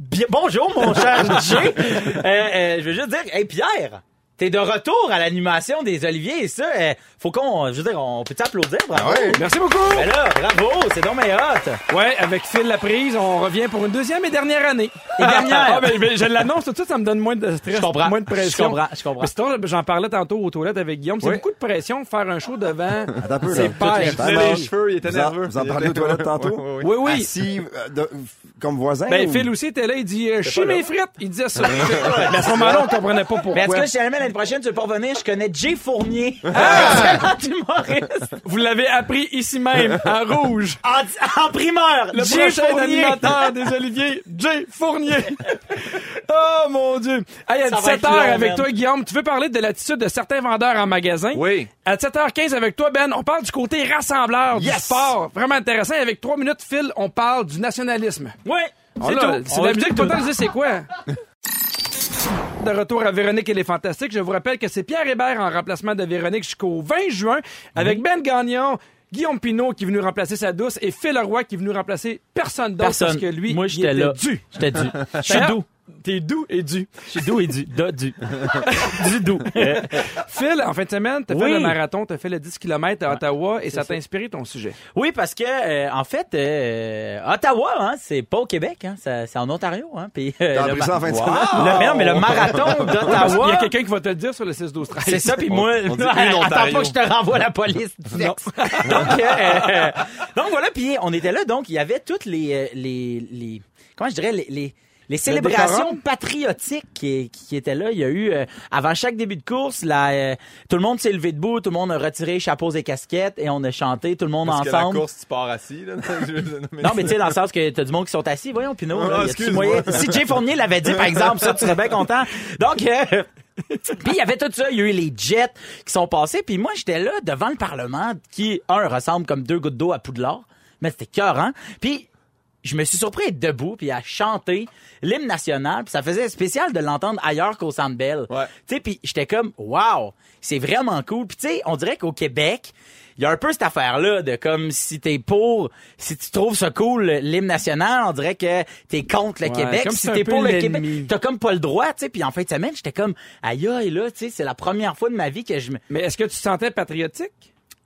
Speaker 4: Bien- bonjour, mon cher Jay. Euh, euh, je vais juste dire, hey Pierre, T'es de retour à l'animation des Oliviers et ça, euh, faut qu'on, je veux dire, on peut t'applaudir, bravo.
Speaker 2: Ah ouais.
Speaker 3: Merci beaucoup.
Speaker 4: Ben là, bravo, c'est donc mes hot.
Speaker 3: Ouais, avec Phil Laprise, on revient pour une deuxième et dernière année.
Speaker 4: Et dernière.
Speaker 3: Ah, ben, ben, je [LAUGHS] l'annonce tout de suite, ça me donne moins de stress,
Speaker 4: Je comprends.
Speaker 3: moins de pression.
Speaker 4: Je comprends, je comprends.
Speaker 3: Mais sinon, j'en parlais tantôt aux toilettes avec Guillaume. C'est
Speaker 5: Oui.
Speaker 3: beaucoup de pression de faire un show
Speaker 4: [LAUGHS]
Speaker 3: devant.
Speaker 2: Attends un peu,
Speaker 3: C'est
Speaker 2: là.
Speaker 3: pas-
Speaker 2: Toutes les
Speaker 3: Je
Speaker 5: Il
Speaker 2: cheveux.
Speaker 5: Ben, les cheveux, il était
Speaker 2: Vous en-
Speaker 5: nerveux.
Speaker 2: vous en
Speaker 5: Il
Speaker 2: parlez
Speaker 5: était-
Speaker 2: aux [LAUGHS] toilettes tantôt?
Speaker 5: Oui, oui, oui.
Speaker 3: Oui, oui.
Speaker 2: Assis euh, de- comme voisin?
Speaker 3: Ben,
Speaker 4: Oh.
Speaker 2: ou-
Speaker 3: Phil aussi était là, il dit euh, Chie mes frites. Il disait
Speaker 4: [LAUGHS]
Speaker 3: ça. Mais à ce moment-là, on comprenait pas pourquoi.
Speaker 4: Mais en tout cas, je te l'amène l'année prochaine, tu veux pas revenir, je connais Jay Fournier. Ah! [LAUGHS] Excellent humoriste.
Speaker 3: Vous l'avez appris ici même, en rouge.
Speaker 4: En, en primeur,
Speaker 3: Le
Speaker 4: Jay
Speaker 3: prochain
Speaker 4: Fournier.
Speaker 3: animateur des Oliviers, Jay
Speaker 4: [LAUGHS]
Speaker 3: Fournier. oh mon Dieu. Hey, à
Speaker 4: Ça va être
Speaker 3: 17h
Speaker 4: long,
Speaker 3: avec
Speaker 4: man.
Speaker 3: toi, Guillaume, tu veux parler de l'attitude de certains vendeurs en magasin?
Speaker 5: Oui.
Speaker 3: À 7h15 avec toi, Ben, on parle du côté rassembleur du sport. Vraiment intéressant. Avec 3 minutes, Phil, on parle du nationalisme.
Speaker 4: Oui.
Speaker 3: C'est
Speaker 4: tout.
Speaker 3: tout. C'est
Speaker 4: On
Speaker 3: la
Speaker 4: écoute
Speaker 3: musique,
Speaker 4: tout.
Speaker 3: tout le temps, je dis, c'est quoi? [LAUGHS] De retour à Véronique et les Fantastiques, je vous rappelle que c'est Pierre Hébert en remplacement de Véronique jusqu'au 20 juin avec Ben Gagnon, Guillaume Pinault qui est venu remplacer sa douce et Phil Leroy qui est venu remplacer personne d'autre
Speaker 4: Personne.
Speaker 3: parce que lui,
Speaker 4: Moi,
Speaker 3: il
Speaker 4: j'étais
Speaker 3: était
Speaker 4: là.
Speaker 3: dû. [LAUGHS]
Speaker 4: J'étais dû. Je suis doux.
Speaker 3: T'es doux et dû.
Speaker 4: Je suis doux et du.
Speaker 3: [LAUGHS]
Speaker 4: Da, du. du doux. Euh,
Speaker 3: Phil, en fin de semaine, t'as
Speaker 4: Oui.
Speaker 3: fait le marathon, t'as fait le 10 km à Ottawa et ça t'a inspiré ton sujet.
Speaker 4: Oui, parce que, euh, en fait, euh, Ottawa, hein, c'est pas au Québec, hein, ça- c'est en Ontario. Hein, puis, euh,
Speaker 2: T'as
Speaker 4: le
Speaker 2: appris
Speaker 4: ma-
Speaker 2: ça en fin de
Speaker 4: Wow!
Speaker 2: semaine?
Speaker 4: Le, merde, mais le marathon
Speaker 3: Parce qu'il y a
Speaker 4: d'Ottawa.
Speaker 3: quelqu'un qui va te le dire sur le 6 12 13
Speaker 4: C'est ça, puis moi,
Speaker 5: on
Speaker 4: [LAUGHS]
Speaker 5: dit une
Speaker 4: attends
Speaker 5: Ontario.
Speaker 4: pas que je te renvoie la police.
Speaker 5: [LAUGHS]
Speaker 4: Direct. donc, euh, [LAUGHS] donc voilà, puis on était là, donc il y avait toutes les, euh, les, les comment je dirais, les, les, les célébrations
Speaker 3: décorum?
Speaker 4: patriotiques qui, qui étaient là. Il y a eu, euh, avant chaque début de course, la, euh, tout le monde s'est levé debout, tout le monde a retiré chapeaux et casquettes et on a chanté tout le monde
Speaker 5: Parce que la
Speaker 4: ensemble.
Speaker 5: course, tu pars assis. Là. [LAUGHS]
Speaker 4: Non, mais tu sais, dans le sens que t'as du monde qui sont assis. Voyons, Pinot.
Speaker 5: Ah,
Speaker 4: là, y a-tu
Speaker 5: excuse-moi.
Speaker 4: moyen- Si Jay Fournier l'avait dit, par exemple, ça, tu serais bien content. Donc, euh,
Speaker 5: [LAUGHS]
Speaker 4: puis il y avait tout ça. Il y a eu les jets qui sont passés. Puis moi, j'étais là devant le Parlement qui, un, ressemble comme deux gouttes d'eau à Poudlard. Mais c'était cœur, hein? Puis je me suis surpris à être debout puis à chanter l'hymne national. Puis ça faisait spécial de l'entendre ailleurs qu'au Centre Bell.
Speaker 5: Ouais.
Speaker 4: Tu sais, puis j'étais comme, wow, c'est vraiment cool. Puis tu sais, on dirait qu'au Québec, il y a un peu cette affaire-là de comme si t'es pour, si tu trouves ça cool l'hymne national, on dirait que t'es contre le
Speaker 3: Ouais,
Speaker 4: Québec.
Speaker 3: comme
Speaker 4: Si
Speaker 3: c'est un
Speaker 4: t'es
Speaker 3: peu
Speaker 4: pour le
Speaker 3: l'ennemi.
Speaker 4: Québec, t'as comme pas le droit, tu sais. Puis en fin de semaine, j'étais comme, aïe, aïe, là, tu sais, c'est la première fois de ma vie que je me,
Speaker 3: Mais est-ce que tu te sentais patriotique?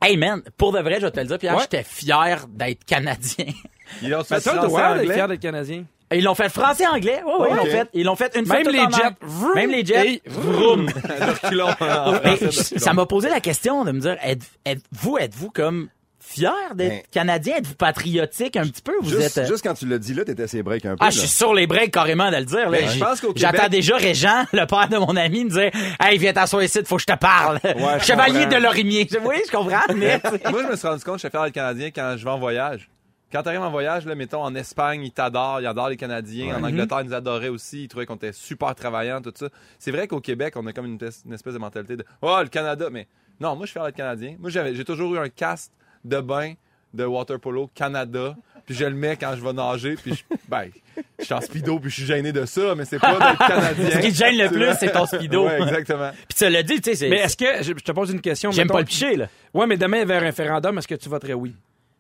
Speaker 4: hey man, pour de vrai, je vais te le dire, Pierre,
Speaker 3: Ouais.
Speaker 4: j'étais fier d'être Canadien. [LAUGHS]
Speaker 5: [LAUGHS] Il a
Speaker 3: Mais
Speaker 5: fait
Speaker 3: t'as le
Speaker 5: silence
Speaker 3: droit Ben, d'être
Speaker 5: anglais.
Speaker 3: hein, fier d'être Canadien.
Speaker 4: Ils l'ont fait français-anglais. Oui, oui, ils l'ont
Speaker 5: Ok.
Speaker 4: fait. Ils l'ont fait une fois
Speaker 3: Même
Speaker 4: tout
Speaker 3: les
Speaker 4: en
Speaker 3: jets,
Speaker 4: anglais.
Speaker 3: vroom,
Speaker 4: Même les jets.
Speaker 3: et
Speaker 5: [LAUGHS]
Speaker 4: vroom.
Speaker 5: De reculons, en
Speaker 4: Mais
Speaker 5: français, de reculons.
Speaker 4: ça m'a posé la question de me dire, êtes, êtes- vous, êtes-vous comme fier d'être
Speaker 2: Ben,
Speaker 4: canadien? Êtes-vous patriotique un petit peu? [LAUGHS] Vous
Speaker 2: Juste,
Speaker 4: êtes... euh,
Speaker 2: juste quand tu l'as dit là, t'étais assez break un peu.
Speaker 4: Ah,
Speaker 2: là.
Speaker 4: je suis sur les breaks carrément de le dire. là.
Speaker 5: Mais Ben, je
Speaker 4: J'ai-
Speaker 5: pense qu'au Québec-
Speaker 4: J'attends déjà Régent, [LAUGHS] le père de mon ami, me dire Hey, viens t'asseoir ici, faut que je te parle. Chevalier
Speaker 2: comprends.
Speaker 4: de Lorimier. Oui, je comprends,
Speaker 5: [LAUGHS]
Speaker 4: mais.
Speaker 5: Hein? Moi, je me suis rendu compte que je suis fier d'être Canadien quand je vais en voyage. Quand t'arrives en voyage, là, mettons, en Espagne, ils t'adorent, ils adorent les Canadiens. En
Speaker 4: Mhm.
Speaker 5: Angleterre, ils nous adoraient aussi. Ils trouvaient qu'on était super travaillants, tout ça. C'est vrai qu'au Québec, on a comme une, espèce- une espèce de mentalité de « Oh, le Canada! » Mais non, moi, je suis fier d'être Canadien. Moi, j'avais- j'ai toujours eu un cast de bain de water polo Canada. Puis je le mets quand je vais nager.
Speaker 4: [LAUGHS]
Speaker 5: Puis je, ben, je suis en speedo, puis je suis gêné de ça. Mais c'est
Speaker 4: [LAUGHS]
Speaker 5: pas d'être Canadien.
Speaker 4: Ce qui te gêne le
Speaker 5: Tu
Speaker 4: plus,
Speaker 5: vois?
Speaker 4: c'est ton speedo.
Speaker 5: Ouais, exactement.
Speaker 4: Puis tu l'as dit, tu sais, c'est-
Speaker 3: Mais est-ce que, je je te pose une question.
Speaker 4: j'aime
Speaker 3: mettons-
Speaker 4: pas le piché, là.
Speaker 3: Ouais, mais demain, il y avait un référendum, est-ce que tu voterais oui?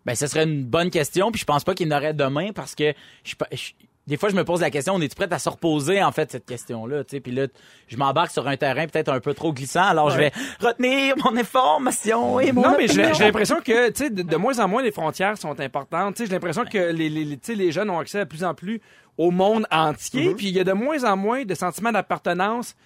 Speaker 4: Ben, ce serait une bonne question, puis je pense pas qu'il y en aurait demain parce que je, suis pas- je- des fois, je me pose la question, on est-tu prêt à se reposer, en fait, cette question-là, tu sais, puis là, je m'embarque sur un terrain peut-être un peu trop glissant, alors je vais retenir mon information et mon
Speaker 3: Non, mais j'ai
Speaker 4: opinion.
Speaker 3: j'ai l'impression que, tu sais, de, de moins en moins, les frontières sont importantes. Tu sais, j'ai l'impression que les, les, les- tu sais, les jeunes ont accès de plus en plus au monde entier, puis il y a de moins en moins de sentiments d'appartenance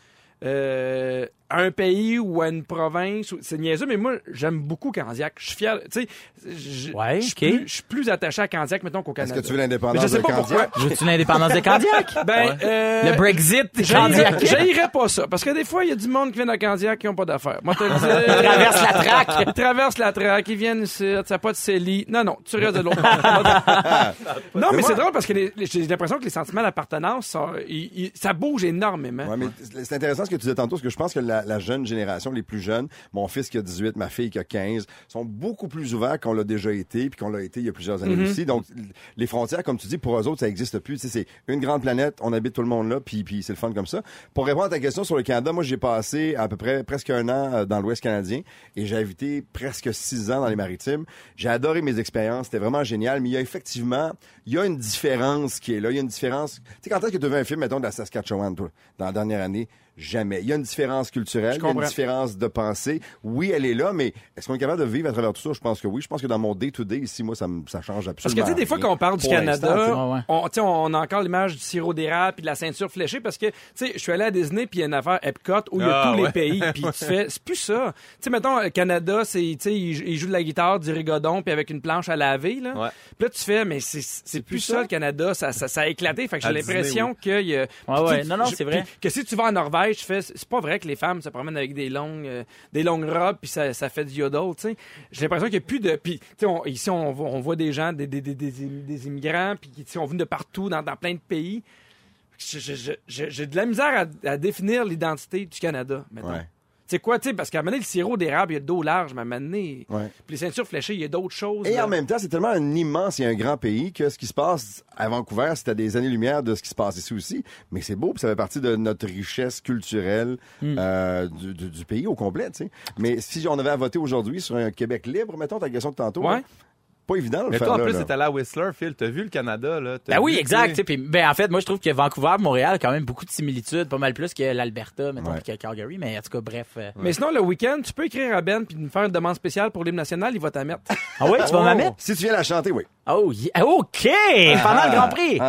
Speaker 3: euh, à un pays ou à une province. ou- C'est niaiseux, mais moi, j'aime beaucoup Candiac. Je suis fier, tu sais, je
Speaker 4: Ouais,
Speaker 3: je suis
Speaker 4: ok.
Speaker 3: plus- je suis plus attaché à Candiac, mettons, qu'au
Speaker 2: Est-ce
Speaker 3: Canada.
Speaker 2: que tu veux
Speaker 3: mais
Speaker 2: l'indépendance
Speaker 3: je sais
Speaker 2: de
Speaker 3: pas
Speaker 2: Candiac?
Speaker 3: pourquoi.
Speaker 4: Veux-tu l'indépendance de Candiac?
Speaker 3: [LAUGHS] Ben, euh,
Speaker 4: Le Brexit, Candiac.
Speaker 3: J'aillerais pas ça. Parce que des fois, il y a du monde qui vient à Candiac qui n'ont pas d'affaires. Moi, te le
Speaker 4: [LAUGHS]
Speaker 3: disais.
Speaker 4: Ils traversent la traque.
Speaker 3: Ils traversent la traque, ils viennent ici, ça pas de CELI. Non, non, tu restes de l'autre
Speaker 4: [LAUGHS]
Speaker 3: bord. non, mais c'est drôle parce que les- les- j'ai l'impression que les sentiments d'appartenance, ça, ils- ils- ça bouge énormément.
Speaker 2: Ouais, mais c'est c'est intéressant ce que tu disais tantôt, parce que je pense que la, la jeune génération, les plus jeunes, mon fils qui a 18, ma fille qui a 15, sont beaucoup plus ouverts qu'on l'a déjà été, puis qu'on l'a été il y a plusieurs années
Speaker 4: Mm-hmm.
Speaker 2: aussi. Donc, l- les frontières, comme tu dis, pour eux autres, ça n'existe plus. Tu sais, c'est une grande planète, on habite tout le monde là, puis, puis c'est le fun comme ça. Pour répondre à ta question sur le Canada, moi, j'ai passé à peu près presque un an euh, dans l'Ouest canadien, et j'ai habité presque six ans dans les Maritimes. J'ai adoré mes expériences, c'était vraiment génial, mais il y a effectivement, il y a une différence qui est là, il y a une différence. Tu sais, quand est-ce que tu as vu un film, mettons, de la Saskatchewan, toi, dans la dernière année? Jamais. Il y a une différence culturelle, il y a une
Speaker 3: comprends.
Speaker 2: différence de pensée. Oui, elle est là, mais est-ce qu'on est capable de vivre à travers tout ça? Je pense que oui. Je pense que dans mon day-to-day, ici, moi, ça, me- ça change absolument
Speaker 3: Parce que, tu sais, des fois,
Speaker 2: rien.
Speaker 3: quand on parle du
Speaker 2: Pour
Speaker 3: Canada,
Speaker 2: l'instant,
Speaker 4: ouais, ouais.
Speaker 3: on, tu sais, on a encore l'image du sirop d'érable puis de la ceinture fléchée parce que, tu sais, je suis allé à Disney puis il y a une affaire Epcot où il y a
Speaker 5: Ah,
Speaker 3: tous les
Speaker 5: ouais.
Speaker 3: pays puis tu fais, c'est plus ça. Tu sais, mettons, le Canada, c'est, tu sais, ils, jou- ils jouent de la guitare, du rigodon puis avec une planche à laver, là.
Speaker 5: Ouais.
Speaker 3: Puis là, tu fais, mais c'est, c'est, plus ça, le Canada, ça, ça, ça a éclaté. Fait que j'ai
Speaker 5: À Disney,
Speaker 3: l'impression qu'il y a.
Speaker 4: Ouais,
Speaker 3: puis
Speaker 4: Ah ouais.
Speaker 3: tu-
Speaker 4: Non, non,
Speaker 3: je-
Speaker 4: c'est vrai.
Speaker 3: puis Que si tu vas en Norvège, tu fais, c'est pas vrai que les femmes se promènent avec des longues, euh, des longues robes puis ça, ça fait du yodel, tu sais. J'ai l'impression qu'il n'y a plus de. Puis, tu sais, on- ici, on, voit- on voit des gens, des, des, des, des, des immigrants, puis qui tu sais, sont venus de partout, dans, dans plein de pays. Je- je- je- je- J'ai de la misère à, à définir l'identité du Canada, mettons.
Speaker 2: Ouais.
Speaker 3: C'est quoi, tu sais, parce qu'à un moment donné, le sirop d'érable, il y a de l'eau large, mais à un moment donné,
Speaker 2: Ouais.
Speaker 3: puis les ceintures fléchées, il y a d'autres choses.
Speaker 2: Et
Speaker 3: là.
Speaker 2: en même temps, c'est tellement un immense et un grand pays que ce qui se passe à Vancouver, c'est à des années-lumière de ce qui se passe ici aussi. Mais c'est beau, puis ça fait partie de notre richesse culturelle
Speaker 3: Hmm.
Speaker 2: euh, du, du- du pays au complet. tu sais. Mais si on avait à voter aujourd'hui sur un Québec libre, mettons ta question de tantôt,
Speaker 3: Ouais.
Speaker 2: là, pas évident de le
Speaker 5: Mais
Speaker 2: faire
Speaker 5: toi, en
Speaker 2: là,
Speaker 5: plus,
Speaker 2: là.
Speaker 5: c'est allé à Whistler, Phil. T'as vu le Canada, là? T'as
Speaker 4: Ben oui,
Speaker 5: vu,
Speaker 4: exact.
Speaker 5: tu
Speaker 4: tu sais,
Speaker 5: sais.
Speaker 4: puis- ben, en fait, moi, je trouve que Vancouver, Montréal, quand même beaucoup de similitudes, pas mal plus que l'Alberta, mettons,
Speaker 2: Ouais.
Speaker 4: puis que Calgary, mais en tout cas, bref. euh.
Speaker 3: Mais sinon, le week-end, tu peux écrire à Ben puis nous faire une demande spéciale pour l'hymne national, il va t'en mettre.
Speaker 4: Ah ouais,
Speaker 3: Oh!
Speaker 4: tu vas m'en mettre?
Speaker 2: Oh! Si tu viens la
Speaker 3: [LAUGHS]
Speaker 2: chanter, oui.
Speaker 4: Oh, yeah. OK! Pendant le Grand Prix!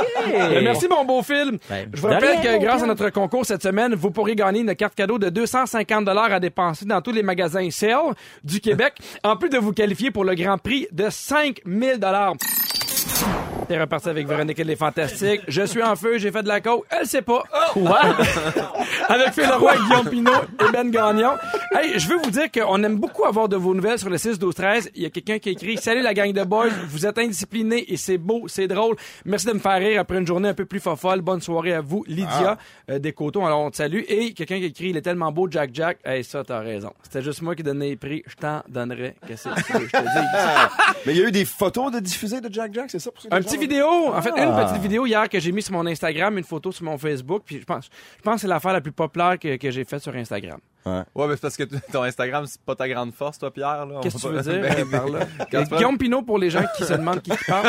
Speaker 3: [LAUGHS] Ben,
Speaker 4: OK!
Speaker 3: merci, mon beau film.
Speaker 4: Ben,
Speaker 3: Je vous rappelle
Speaker 4: de rien,
Speaker 3: que grâce à
Speaker 4: aucun.
Speaker 3: notre concours cette semaine, vous pourrez gagner une carte cadeau de 250 à dépenser dans tous les magasins Sale du Québec, en plus de vous qualifier pour le grand prix de 5000 T'es reparti avec Véronique et les Fantastiques. Je suis en feu, j'ai fait de la coke. Elle sait pas.
Speaker 4: Quoi?
Speaker 3: [LAUGHS] avec Phil Leroy, Guillaume Pinot et Ben Gagnon. Hey, je veux vous dire qu'on aime beaucoup avoir de vos nouvelles sur le 6 12 13. Il y a quelqu'un qui écrit "Salut la gang de boys, vous êtes indisciplinés et c'est beau, c'est drôle. Merci de me faire rire après une journée un peu plus fofolle. Bonne soirée à vous, Lydia euh, des Coteaux. Alors on te salue et quelqu'un qui écrit "Il est tellement beau Jack Jack." Hey, ça t'as raison. C'était juste moi qui donnais les prix, je t'en donnerai. Qu'est-ce que tu veux, je te dis
Speaker 2: Ah! Mais il y a eu des photos de diffusées de Jack Jack, c'est ça? Pour ça que
Speaker 3: un
Speaker 2: les
Speaker 3: petit
Speaker 2: gens-
Speaker 3: vidéo, en fait, une petite vidéo hier que j'ai mis sur mon Instagram, une photo sur mon Facebook, puis je pense, je pense que c'est l'affaire la plus populaire que, que j'ai faite sur Instagram.
Speaker 5: Ouais, mais c'est parce que t- ton Instagram, c'est pas ta grande force, toi, Pierre. là. On
Speaker 3: Qu'est-ce que tu
Speaker 5: va
Speaker 3: veux
Speaker 5: pas-
Speaker 3: dire
Speaker 5: [LAUGHS] Ben,
Speaker 3: euh, par là?
Speaker 5: quand tu prends
Speaker 3: Guillaume Pinot, pour les gens qui se demandent qui, qui parle,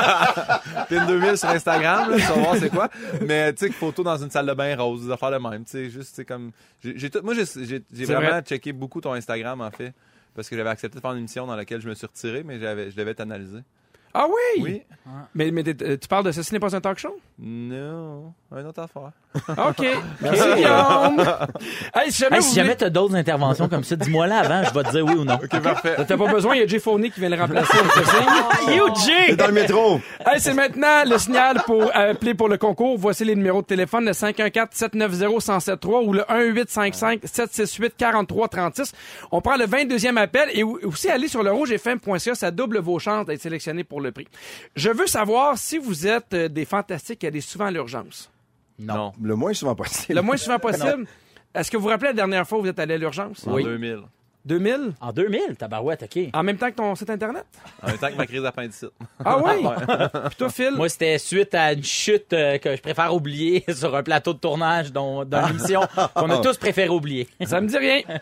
Speaker 5: Pin 2000 sur Instagram, là, tu vas voir c'est quoi. Mais tu sais, photo dans une salle de bain rose, des affaires de même. Tu sais, juste, tu sais, comme. j'ai- j'ai tout- moi, j'ai- j'ai
Speaker 3: C'est
Speaker 5: j'ai vraiment
Speaker 3: vrai.
Speaker 5: checké beaucoup ton Instagram, en fait. Parce que j'avais accepté de faire une émission dans laquelle je me suis retiré, mais j'avais, je devais t'analyser.
Speaker 3: Ah oui!
Speaker 5: Oui?
Speaker 3: Mais, mais t'es- euh, tu parles de Ceci n'est pas un talk show?
Speaker 5: Non. Un autre affaire.
Speaker 3: OK. Merci, Guillaume! Hey, si jamais,
Speaker 4: Hey,
Speaker 3: vous
Speaker 4: si jamais
Speaker 3: voulez-
Speaker 4: t'as d'autres interventions comme ça, dis-moi là avant, je vais te dire oui ou
Speaker 3: [LAUGHS]
Speaker 4: non.
Speaker 5: Parfait.
Speaker 3: T'as pas besoin, il y a Jay Fournier qui vient le remplacer. on te signe. You, Jay!
Speaker 2: T'es dans le métro.
Speaker 3: Hey, c'est maintenant le signal pour euh, appeler pour le concours. Voici les numéros de téléphone, le 514-790-1073 ou le 1855-768-4336. On prend le 22e appel et ou- aussi aller sur le rougefm.ca, ça double vos chances d'être sélectionné pour le prix. Je veux savoir si vous êtes euh, des fantastiques à aller souvent à l'urgence.
Speaker 5: Non.
Speaker 2: Le moins souvent possible.
Speaker 3: Le moins souvent possible. Est-ce que vous vous rappelez la dernière fois où vous êtes allé à l'urgence?
Speaker 5: En
Speaker 4: Oui.
Speaker 5: 2000.
Speaker 3: 2000?
Speaker 4: En 2000, tabarouette, OK.
Speaker 3: En même temps que ton site Internet?
Speaker 5: En même temps que ma crise
Speaker 3: [LAUGHS]
Speaker 5: d'appendicite.
Speaker 3: Ah oui? Puis toi, Phil?
Speaker 4: Moi, c'était suite à une chute euh, que je préfère oublier [LAUGHS] sur un plateau de tournage dont- dans
Speaker 3: Ah.
Speaker 4: l'émission qu'on a tous préféré oublier.
Speaker 3: Ça me dit rien. [LAUGHS]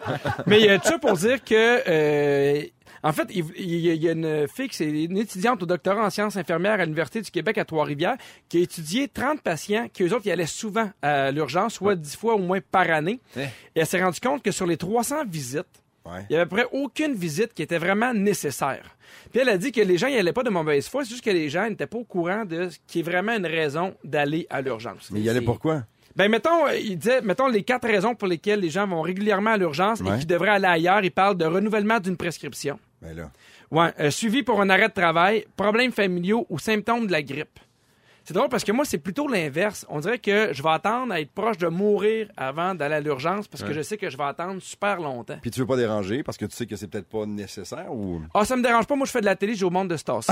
Speaker 3: Mais euh, tout ça pour dire que. euh, en fait, il il y, a- il y a une fille qui c'est une étudiante au doctorat en sciences infirmières à l'Université du Québec à Trois-Rivières qui a étudié 30 patients qui, eux autres, y allaient souvent à l'urgence, soit 10 fois au moins par année.
Speaker 5: Eh.
Speaker 3: Et elle s'est rendue compte que sur les 300 visites,
Speaker 2: Ouais.
Speaker 3: il y avait à peu près aucune visite qui était vraiment nécessaire. Puis elle a dit que les gens n'y allaient pas de mauvaise foi, c'est juste que les gens n'étaient pas au courant de ce qui est vraiment une raison d'aller à l'urgence.
Speaker 2: Mais il y allait
Speaker 3: C'est-
Speaker 2: pourquoi?
Speaker 3: ben, mettons, euh, il disait, mettons les quatre raisons pour lesquelles les gens vont régulièrement à l'urgence et qui devraient aller ailleurs. Il parle de renouvellement d'une prescription.
Speaker 2: Ben là.
Speaker 3: Ouais, euh, suivi pour un arrêt de travail, problèmes familiaux ou symptômes de la grippe. C'est drôle parce que moi, c'est plutôt l'inverse. On dirait que je vais attendre à être proche de mourir avant d'aller à l'urgence parce que je sais que je vais attendre super longtemps.
Speaker 2: Puis tu veux pas déranger parce que tu sais que c'est peut-être pas nécessaire ou.
Speaker 3: Ah, ça me dérange pas. Moi, je fais de la télé, j'ai au monde de Stas.
Speaker 4: [LAUGHS]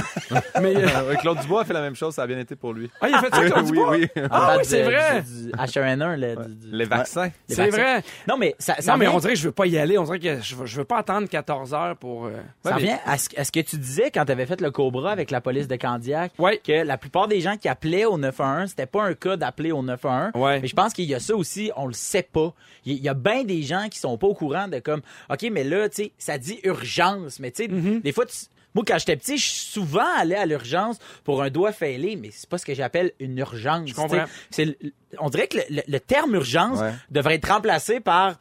Speaker 3: Mais, euh,
Speaker 5: Euh, Claude Dubois a fait la même chose, ça a bien été pour lui.
Speaker 3: ah, il a fait ça, Claude
Speaker 5: [LAUGHS] oui,
Speaker 3: Dubois?
Speaker 5: oui.
Speaker 3: Ah
Speaker 4: En
Speaker 3: oui,
Speaker 4: fait,
Speaker 3: c'est
Speaker 4: du-
Speaker 3: vrai.
Speaker 4: du- du H1N1, le- du- du-
Speaker 5: Les vaccins.
Speaker 4: les
Speaker 3: C'est
Speaker 4: vaccins.
Speaker 3: vrai.
Speaker 4: Non, mais ça, ça
Speaker 3: Non, mais
Speaker 4: revient-
Speaker 3: on dirait que je veux pas y aller. On dirait que je veux, je veux pas attendre 14 heures pour... euh,
Speaker 4: Ça
Speaker 5: Ouais, mais-
Speaker 4: revient à ce, à ce que tu disais quand tu avais fait le Cobra avec la police de Candiac,
Speaker 3: Ouais.
Speaker 4: que la plupart des gens qui appelaient au 911, c'était pas un cas d'appeler au 911.
Speaker 3: Ouais.
Speaker 4: Mais je pense qu'il y a ça aussi, on le sait pas. Il y- il y a bien
Speaker 3: Mm-hmm.
Speaker 4: des gens qui sont pas au courant de comme, OK, mais là, tu sais, ça dit urgence, mais tu sais, des fois, tu, Moi, quand j'étais petit, je suis souvent allé à l'urgence pour un doigt fêlé, mais c'est pas ce que j'appelle une urgence.
Speaker 3: Je comprends.
Speaker 4: tu sais. C'est le- on dirait que le, le- le terme urgence
Speaker 2: Ouais.
Speaker 4: devrait être remplacé par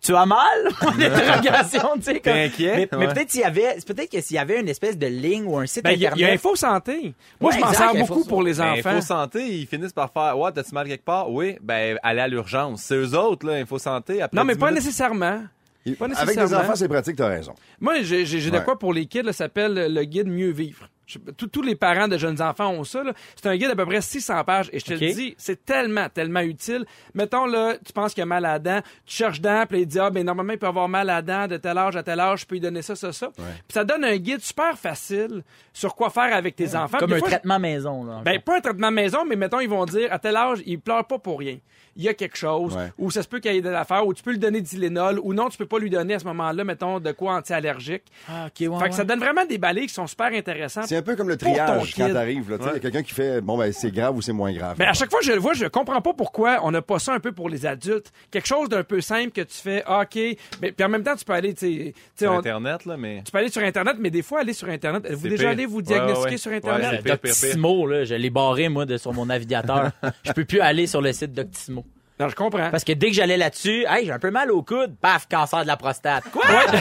Speaker 4: tu as mal [LAUGHS]
Speaker 5: [LAUGHS]
Speaker 4: Une interrogation, tu sais. comme-
Speaker 5: T'es inquiet?
Speaker 4: Mais, mais
Speaker 5: Ouais.
Speaker 4: peut-être s'il y avait, peut-être que s'il y avait une espèce de ligne ou un site
Speaker 3: Ben, il y, a- il y a
Speaker 4: internet.
Speaker 3: Info Santé. Moi,
Speaker 4: Ouais,
Speaker 3: je m'en
Speaker 4: exact,
Speaker 3: sers
Speaker 4: Info
Speaker 3: beaucoup
Speaker 4: Santé.
Speaker 3: pour les enfants.
Speaker 5: Info Ben, Santé, ils finissent par faire Ouais, t'as-tu mal quelque part Oui, ben, allez à l'urgence. C'est eux autres, là, Info Santé. Après
Speaker 3: non, mais
Speaker 5: 10
Speaker 3: pas
Speaker 5: minutes,
Speaker 3: nécessairement.
Speaker 2: Et-
Speaker 3: Pas
Speaker 2: Avec des
Speaker 3: nécessairement.
Speaker 2: enfants, c'est pratique, t'as raison.
Speaker 3: Moi, j'ai j'ai- j'ai de
Speaker 2: Ouais.
Speaker 3: quoi pour les kids, là, ça s'appelle euh, le guide Mieux Vivre. Je- tous- tous les parents de jeunes enfants ont ça. là. C'est un guide à peu près 600 pages. Et je te
Speaker 4: Ok.
Speaker 3: le dis, c'est tellement, tellement utile. Mettons, là, tu penses qu'il a mal à la dent, tu cherches dent, puis il dit, ah, ben normalement, il peut avoir mal à la dent de tel âge à tel âge, je peux lui donner ça, ça, ça. Puis ça donne un guide super facile sur quoi faire avec tes enfants.
Speaker 4: Comme
Speaker 3: Des
Speaker 4: un
Speaker 3: fois,
Speaker 4: traitement maison, là.
Speaker 3: Ben, pas un traitement maison, mais mettons, ils vont dire, à tel âge, il pleure pas pour rien. Il y a quelque chose,
Speaker 2: Ouais.
Speaker 3: ou ça se peut qu'il y ait de l'affaire, ou tu peux lui donner du Lénol, ou non, tu peux pas lui donner à ce moment-là, mettons, de quoi anti-allergique.
Speaker 4: Ah, ok, ouais,
Speaker 3: Fait que ça donne vraiment des balais qui sont super intéressants.
Speaker 2: C'est un peu comme le
Speaker 3: Ah. Pour ton
Speaker 2: triage quand
Speaker 3: kid.
Speaker 2: t'arrives. là, tu sais, Il y a quelqu'un qui fait bon, ben c'est grave ou c'est moins grave.
Speaker 3: Mais Ben, à chaque fois que je le vois, je comprends pas pourquoi on n'a pas ça un peu pour les adultes. Quelque chose d'un peu simple que tu fais, ah, OK, mais puis en même temps, tu peux aller, tu sais, tu sais,
Speaker 5: sur
Speaker 3: on-
Speaker 5: Internet, là, mais.
Speaker 3: tu peux aller sur Internet, mais des fois, aller sur Internet, vous
Speaker 5: C'est
Speaker 3: déjà
Speaker 5: pire.
Speaker 3: allé vous
Speaker 5: Ouais,
Speaker 3: diagnostiquer
Speaker 5: ouais, ouais.
Speaker 3: sur
Speaker 5: Ouais,
Speaker 3: Internet?
Speaker 5: c'est pire, pire, pire.
Speaker 4: Doctissimo, là, je l'ai barré, moi, de sur mon
Speaker 5: [LAUGHS]
Speaker 4: navigateur. je peux plus aller sur le site Doctissimo.
Speaker 3: non, je comprends.
Speaker 4: Parce que dès que j'allais là-dessus, hey, j'ai un peu mal au coude, paf, cancer de la prostate. Quoi? [LAUGHS]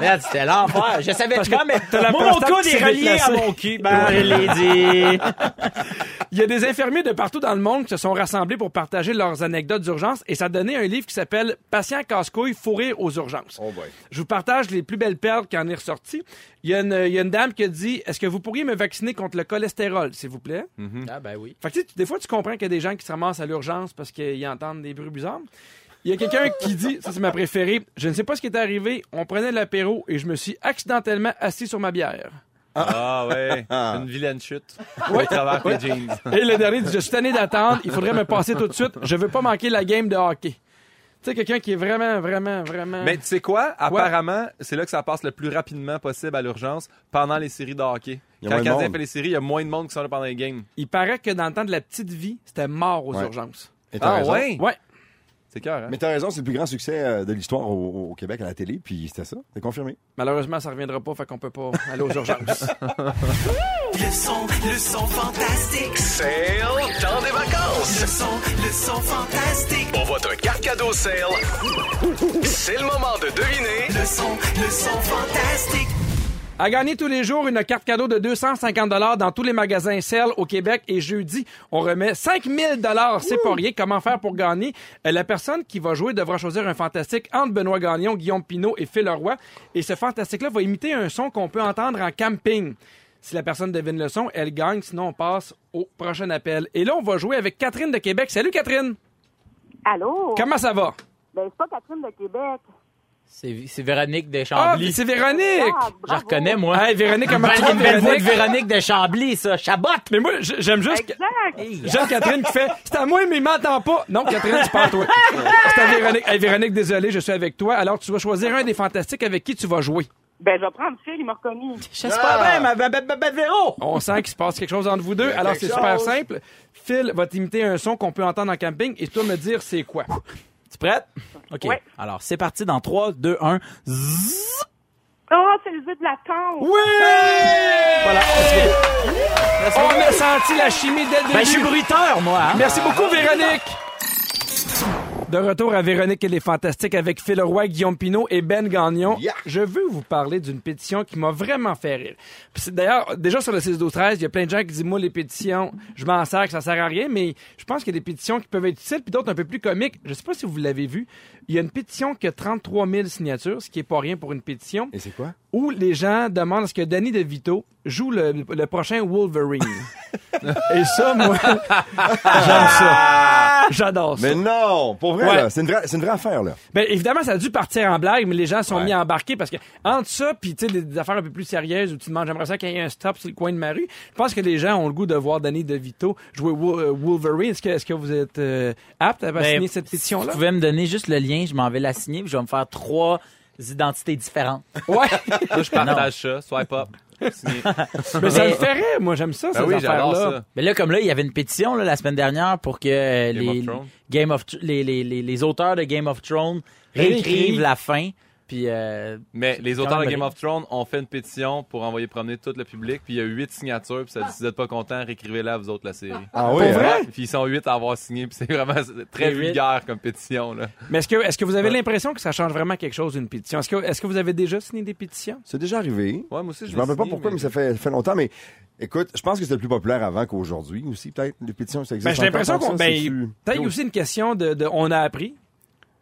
Speaker 4: Merde, c'était l'enfer. Je savais pas, mais
Speaker 3: la
Speaker 4: moi, mon
Speaker 3: prostate
Speaker 4: coude
Speaker 3: qui
Speaker 4: est
Speaker 3: s'est
Speaker 4: relié à
Speaker 3: déplacée.
Speaker 4: mon cul. Ben, je l'ai [LAUGHS] dit.
Speaker 3: Il y a des infirmiers de partout dans le monde qui se sont rassemblés pour partager leurs anecdotes d'urgence et ça a donné un livre qui s'appelle Patient casse-couille, fourrir aux urgences.
Speaker 2: Oh boy.
Speaker 3: Je vous partage les plus belles perles qui en est ressorties. Il y a une, il y a une dame qui a dit Est-ce que vous pourriez me vacciner contre le cholestérol, s'il vous plaît
Speaker 2: Hmm.
Speaker 4: ah, ben oui.
Speaker 3: Fait que, tu sais, tu- des fois, tu comprends qu'il y a des gens qui se ramassent à l'urgence parce qu'ils entendent des bruits bizarres. Il y a quelqu'un qui dit, ça c'est ma préférée, je ne sais pas ce qui est arrivé, on prenait l'apéro et je me suis accidentellement assis sur ma bière.
Speaker 5: Ah, ouais. Une vilaine chute. Au travers tes jeans.
Speaker 3: Et le dernier dit, je suis tanné d'attendre, il faudrait me passer tout de suite, je veux pas manquer la game de hockey. Tu sais, quelqu'un qui est vraiment, vraiment, vraiment...
Speaker 5: Mais tu sais quoi? Apparemment, c'est là que ça passe le plus rapidement possible à l'urgence pendant les séries de hockey.
Speaker 2: Il y
Speaker 5: Quand
Speaker 2: a moins
Speaker 5: le
Speaker 2: de
Speaker 5: Canadien
Speaker 2: monde.
Speaker 5: fait les séries, il y a moins de monde qui sont là pendant les games.
Speaker 3: Il paraît que dans le temps de la petite vie, c'était mort aux
Speaker 2: Ouais.
Speaker 3: urgences.
Speaker 2: Et t'as
Speaker 5: Ah,
Speaker 2: raison.
Speaker 5: ouais?
Speaker 3: Ouais.
Speaker 5: C'est cœur, hein?
Speaker 2: Mais t'as raison, c'est le plus grand succès euh, de l'histoire au, au Québec à la télé, puis c'était ça. C'est confirmé.
Speaker 3: Malheureusement, ça reviendra pas, fait qu'on peut pas aller aux urgences.
Speaker 6: Le son, le son fantastique.
Speaker 7: Sale, temps des vacances.
Speaker 6: Le son, le son fantastique.
Speaker 7: Pour votre carte cadeau sale, c'est le moment de deviner
Speaker 6: Le son, le son fantastique.
Speaker 3: À gagner tous les jours une carte cadeau de 250 dans tous les magasins Cell au Québec et jeudi, on remet 5000 dollars, c'est pas rien. Comment faire pour gagner Euh, La personne qui va jouer devra choisir un fantastique entre Benoît Gagnon, Guillaume Pinault et Phil Leroy et ce fantastique là va imiter un son qu'on peut entendre en camping. Si la personne devine le son, elle gagne, sinon on passe au prochain appel. Et là, on va jouer avec Catherine de Québec. Salut Catherine.
Speaker 8: Allô?
Speaker 3: Comment ça va
Speaker 8: Ben, c'est pas Catherine de Québec.
Speaker 4: C'est c'est Véronique de
Speaker 3: Ah,
Speaker 4: Chambly.
Speaker 3: c'est Véronique.
Speaker 8: Ah,
Speaker 4: je la
Speaker 8: bravo.
Speaker 4: reconnais, moi.
Speaker 3: Hey Véronique, comment tu
Speaker 4: Une
Speaker 3: vas
Speaker 4: belle, voix de
Speaker 3: Véronique
Speaker 4: Véronique de Chambly, ça. Chabot!
Speaker 3: Mais moi, j- j'aime juste que-
Speaker 8: Exact!
Speaker 3: J'aime Catherine qui fait C'est à moi, mais il m'entend pas. Non, Catherine, c'est pas à toi. C'est à Véronique. Hey, Véronique, désolé, je suis avec toi. Alors, tu vas choisir un des fantastiques avec qui tu vas jouer.
Speaker 8: Ben, je vais prendre Phil, il m'a reconnu.
Speaker 4: J'espère
Speaker 3: Ah.
Speaker 4: bien, ma belle Véro!
Speaker 3: On sent qu'il se passe quelque chose entre vous deux. Alors, c'est super simple. Phil va t'imiter un son qu'on peut entendre en camping et toi me dire c'est quoi.
Speaker 4: Tu prête? OK.
Speaker 8: Ouais.
Speaker 4: Alors, c'est parti dans 3, 2, 1.
Speaker 8: Oh, c'est le jeu de la tente!
Speaker 3: Oui! Voilà. On a senti la chimie dès le début.
Speaker 4: Ben, je suis bruiteur, moi. hein.
Speaker 3: Merci beaucoup, Véronique. De retour à Véronique et les Fantastiques avec Phil Roy, Guillaume Pinault et Ben Gagnon.
Speaker 2: Yeah.
Speaker 3: Je veux vous parler d'une pétition qui m'a vraiment fait rire. Puis c'est D'ailleurs, déjà sur le 6 12 13 il y a plein de gens qui disent Moi, les pétitions, je m'en sers, que ça sert à rien, mais je pense qu'il y a des pétitions qui peuvent être utiles, puis d'autres un peu plus comiques. Je sais pas si vous l'avez vu. Il y a une pétition qui a 33 000 signatures, ce qui est pas rien pour une pétition
Speaker 2: Et c'est quoi?
Speaker 3: où les gens demandent à ce que Danny DeVito joue le, le prochain [LAUGHS] Wolverine. Et ça, moi, j'aime ça. J'adore ça.
Speaker 2: Mais non! Pour vrai,
Speaker 3: Ah! Ouais.
Speaker 2: là, c'est une, vraie- c'est une vraie affaire, là.
Speaker 3: Ben, évidemment, ça a dû partir en blague, mais les gens sont mis à embarquer parce que entre ça puis tu sais des, des affaires un peu plus sérieuses où tu demandes j'aimerais ça qu'il y ait un stop sur le coin de ma rue. Je pense que les gens ont le goût de voir Danny DeVito jouer Wo- euh, Wolverine. Est-ce que est-ce que vous êtes euh, apte à
Speaker 4: Ben,
Speaker 3: signer cette pétition là
Speaker 4: Si vous pouvez me donner juste le lien, je m'en vais la signer, puis je vais me faire trois identités différentes.
Speaker 5: [LAUGHS]
Speaker 3: Ouais.
Speaker 5: Moi, je partage ça.
Speaker 3: [LAUGHS]
Speaker 5: Swipe up. Signé.
Speaker 3: mais ça
Speaker 4: Mais-
Speaker 3: me ferait. Moi, j'aime ça
Speaker 5: Ben
Speaker 3: ces
Speaker 5: oui,
Speaker 3: affaires
Speaker 5: j'adore
Speaker 3: là.
Speaker 5: ça.
Speaker 4: Mais là, comme là, il y avait une pétition là, la semaine dernière pour que euh,
Speaker 5: Game
Speaker 4: les,
Speaker 5: of Thrones.
Speaker 4: Game of Thr- les, les, les, les auteurs de Game of Thrones
Speaker 3: Réécrivent.
Speaker 4: réécrivent la fin. Puis, euh,
Speaker 5: Mais les auteurs
Speaker 4: quand
Speaker 5: de
Speaker 4: même
Speaker 5: Game
Speaker 4: brillant.
Speaker 5: of Thrones ont fait une pétition pour envoyer promener tout le public. Puis il y a huit signatures. Puis ça, si vous n'êtes pas content, réécrivez-la, vous autres, la
Speaker 2: [LAUGHS]
Speaker 5: série.
Speaker 2: Ah oui, hein?
Speaker 5: Ouais, Puis ils sont huit à avoir signé. Puis c'est vraiment c'est très
Speaker 4: Les huit.
Speaker 5: vulgaire comme pétition. Là.
Speaker 3: Mais est-ce que, est-ce que vous avez l'impression que ça change vraiment quelque chose, une pétition? Est-ce que, est-ce que vous avez déjà signé des pétitions?
Speaker 2: C'est déjà arrivé.
Speaker 5: Ouais, moi aussi, je
Speaker 2: Je ne me
Speaker 5: l'ai
Speaker 2: rappelle pas
Speaker 5: signé,
Speaker 2: pourquoi, mais, ça fait, ça fait longtemps. Mais écoute, je pense que c'était plus populaire avant qu'aujourd'hui aussi, peut-être. Les pétitions, ça existe.
Speaker 3: Ben, j'ai l'impression
Speaker 2: encore
Speaker 3: qu'on.
Speaker 2: tant que ça,
Speaker 3: Ben,
Speaker 2: c'est su-
Speaker 3: peut-être qu'il y a aussi une question de, de- On a appris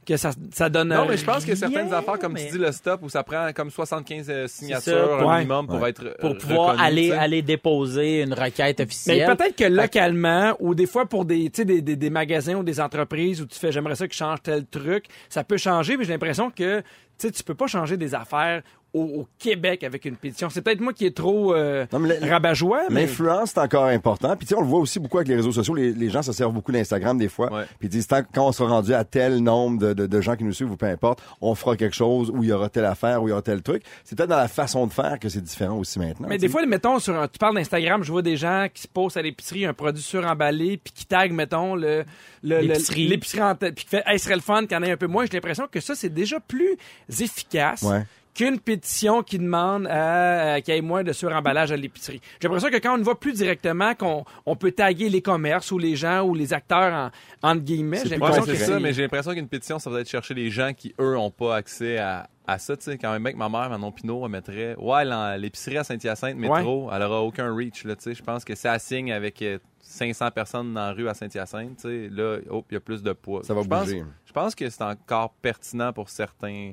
Speaker 3: que ça, ça donne.
Speaker 5: Non, mais je pense que certaines
Speaker 4: rien,
Speaker 5: affaires, comme
Speaker 4: mais-
Speaker 5: tu dis, le stop, où ça prend comme 75 euh, signatures
Speaker 4: ça,
Speaker 5: un
Speaker 3: ouais.
Speaker 5: minimum pour
Speaker 2: Ouais.
Speaker 5: être. euh,
Speaker 4: pour pouvoir
Speaker 5: reconnu,
Speaker 4: aller,
Speaker 5: tu sais.
Speaker 4: aller déposer une requête
Speaker 3: Mais
Speaker 4: officielle.
Speaker 3: peut-être que localement, ou des fois pour des, tu sais, des, des, des magasins ou des entreprises où tu fais j'aimerais ça que je change tel truc, ça peut changer, mais j'ai l'impression que tu sais, tu peux pas changer des affaires au, au Québec avec une pétition. C'est peut-être moi qui est trop euh,
Speaker 2: Non, mais le-
Speaker 3: rabat-joie, Ah, mais.
Speaker 2: L'influence, c'est encore important. Puis, tu sais, on le voit aussi beaucoup avec les réseaux sociaux. Les, les gens se servent beaucoup d'Instagram des fois.
Speaker 5: Ouais.
Speaker 2: Puis, ils disent, tant, quand on sera rendu à tel nombre de, de- de gens qui nous suivent ou peu importe, on fera quelque chose où il y aura telle affaire, où il y aura tel truc. C'est peut-être dans la façon de faire que c'est différent aussi maintenant.
Speaker 3: Mais
Speaker 2: tu
Speaker 3: des
Speaker 2: sais.
Speaker 3: fois, mettons, sur un- tu parles d'Instagram, je vois des gens qui se posent à l'épicerie un produit suremballé, puis qui taguent, mettons, le, le- le-
Speaker 4: L'épicerie.
Speaker 3: l'épicerie en tête, puis qui fait, hey, ce serait le fun qu'il y en ait un peu moins. J'ai l'impression que ça, c'est déjà plus efficace.
Speaker 2: Ouais.
Speaker 3: qu'une pétition qui demande à, à qu'il y ait moins de suremballage à l'épicerie. J'ai l'impression que quand on ne voit plus directement, qu'on on peut taguer les commerces ou les gens ou les acteurs en entre guillemets.
Speaker 2: C'est
Speaker 3: J'ai
Speaker 2: plus
Speaker 5: Ouais,
Speaker 3: l'impression
Speaker 5: c'est
Speaker 3: que
Speaker 5: ça, mais j'ai l'impression qu'une pétition, ça va être chercher les gens qui, eux, n'ont pas accès à, à ça. Tu sais, quand même, mec, ma mère, Manon Pinot, elle mettrait Ouais, l'en- l'épicerie à Saint-Hyacinthe, métro, elle aura aucun reach. Là, tu sais. je pense que si elle signe avec euh, 500 personnes dans la rue à Saint-Hyacinthe, tu sais, là, oh, il y a plus de poids.
Speaker 2: Ça va
Speaker 5: je pense,
Speaker 2: bouger.
Speaker 5: Je pense que c'est encore pertinent pour certains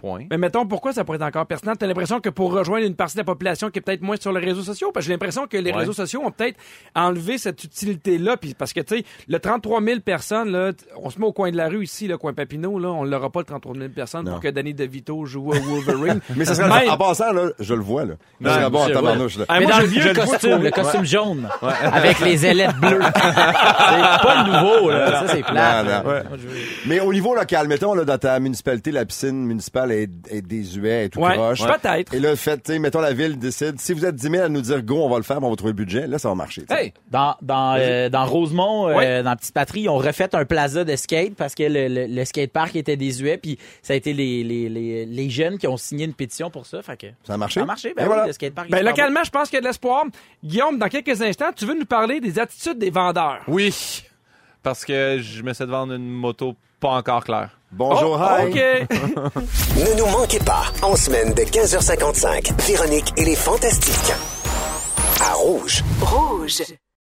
Speaker 5: points.
Speaker 3: Mais mettons, pourquoi ça pourrait être encore pertinent? T'as l'impression que pour rejoindre une partie de la population qui est peut-être moins sur les réseaux sociaux, parce que j'ai l'impression que les
Speaker 5: Ouais.
Speaker 3: réseaux sociaux ont peut-être enlevé cette utilité-là, puis parce que, tu sais, le 33 000 personnes, là, t- on se met au coin de la rue ici, le coin Papineau, là, on l'aura pas le 33 000 personnes
Speaker 2: Non.
Speaker 3: pour que Danny DeVito joue à Wolverine.
Speaker 2: [LAUGHS] Mais ça serait,
Speaker 3: Même-
Speaker 2: en passant, là, je le vois, là.
Speaker 4: Ouais,
Speaker 2: Ça serait bon en
Speaker 4: je- Ah.
Speaker 2: tabarnouche,
Speaker 4: ouais.
Speaker 2: là.
Speaker 4: Mais
Speaker 3: moi,
Speaker 4: dans
Speaker 3: je-
Speaker 4: le vieux
Speaker 3: je le vois
Speaker 4: costume,
Speaker 3: trop.
Speaker 4: le costume jaune, avec les ailettes
Speaker 2: [LAUGHS]
Speaker 4: bleues. c'est pas le nouveau, là. Ça, c'est plat.
Speaker 2: Non, non. Mais au niveau local, mettons, là, dans ta municipalité, la piscine municipale est, est désuète et tout
Speaker 3: Ouais,
Speaker 2: croche.
Speaker 3: peut-être.
Speaker 2: Et là, le fait, tu sais, mettons, la ville décide, si vous êtes 10 000 à nous dire go, on va le faire, puis on va trouver le budget, là, ça va marcher. tu sais.
Speaker 5: Hey!
Speaker 4: Dans, dans, euh, dans Rosemont, euh,
Speaker 3: Ouais.
Speaker 4: dans Petite Patrie, ils ont refait un plaza de skate parce que le, le, le skatepark était désuet, puis ça a été les, les, les, les jeunes qui ont signé une pétition pour ça. Fait que
Speaker 2: Ça a marché?
Speaker 4: ça a marché, ben
Speaker 2: Et
Speaker 4: oui,
Speaker 2: voilà.
Speaker 4: le skatepark.
Speaker 3: Ben,
Speaker 4: est super
Speaker 3: localement, je pense qu'il y a de l'espoir. Guillaume, dans quelques instants, tu veux nous parler des attitudes des vendeurs.
Speaker 5: Oui! Parce que je me suis de vendre une moto pas encore claire.
Speaker 2: Bonjour, hi.
Speaker 3: oh, OK.
Speaker 2: [LAUGHS]
Speaker 1: Ne nous manquez pas, en semaine de 15h55, Véronique et les Fantastiques. À Rouge.
Speaker 9: Rouge.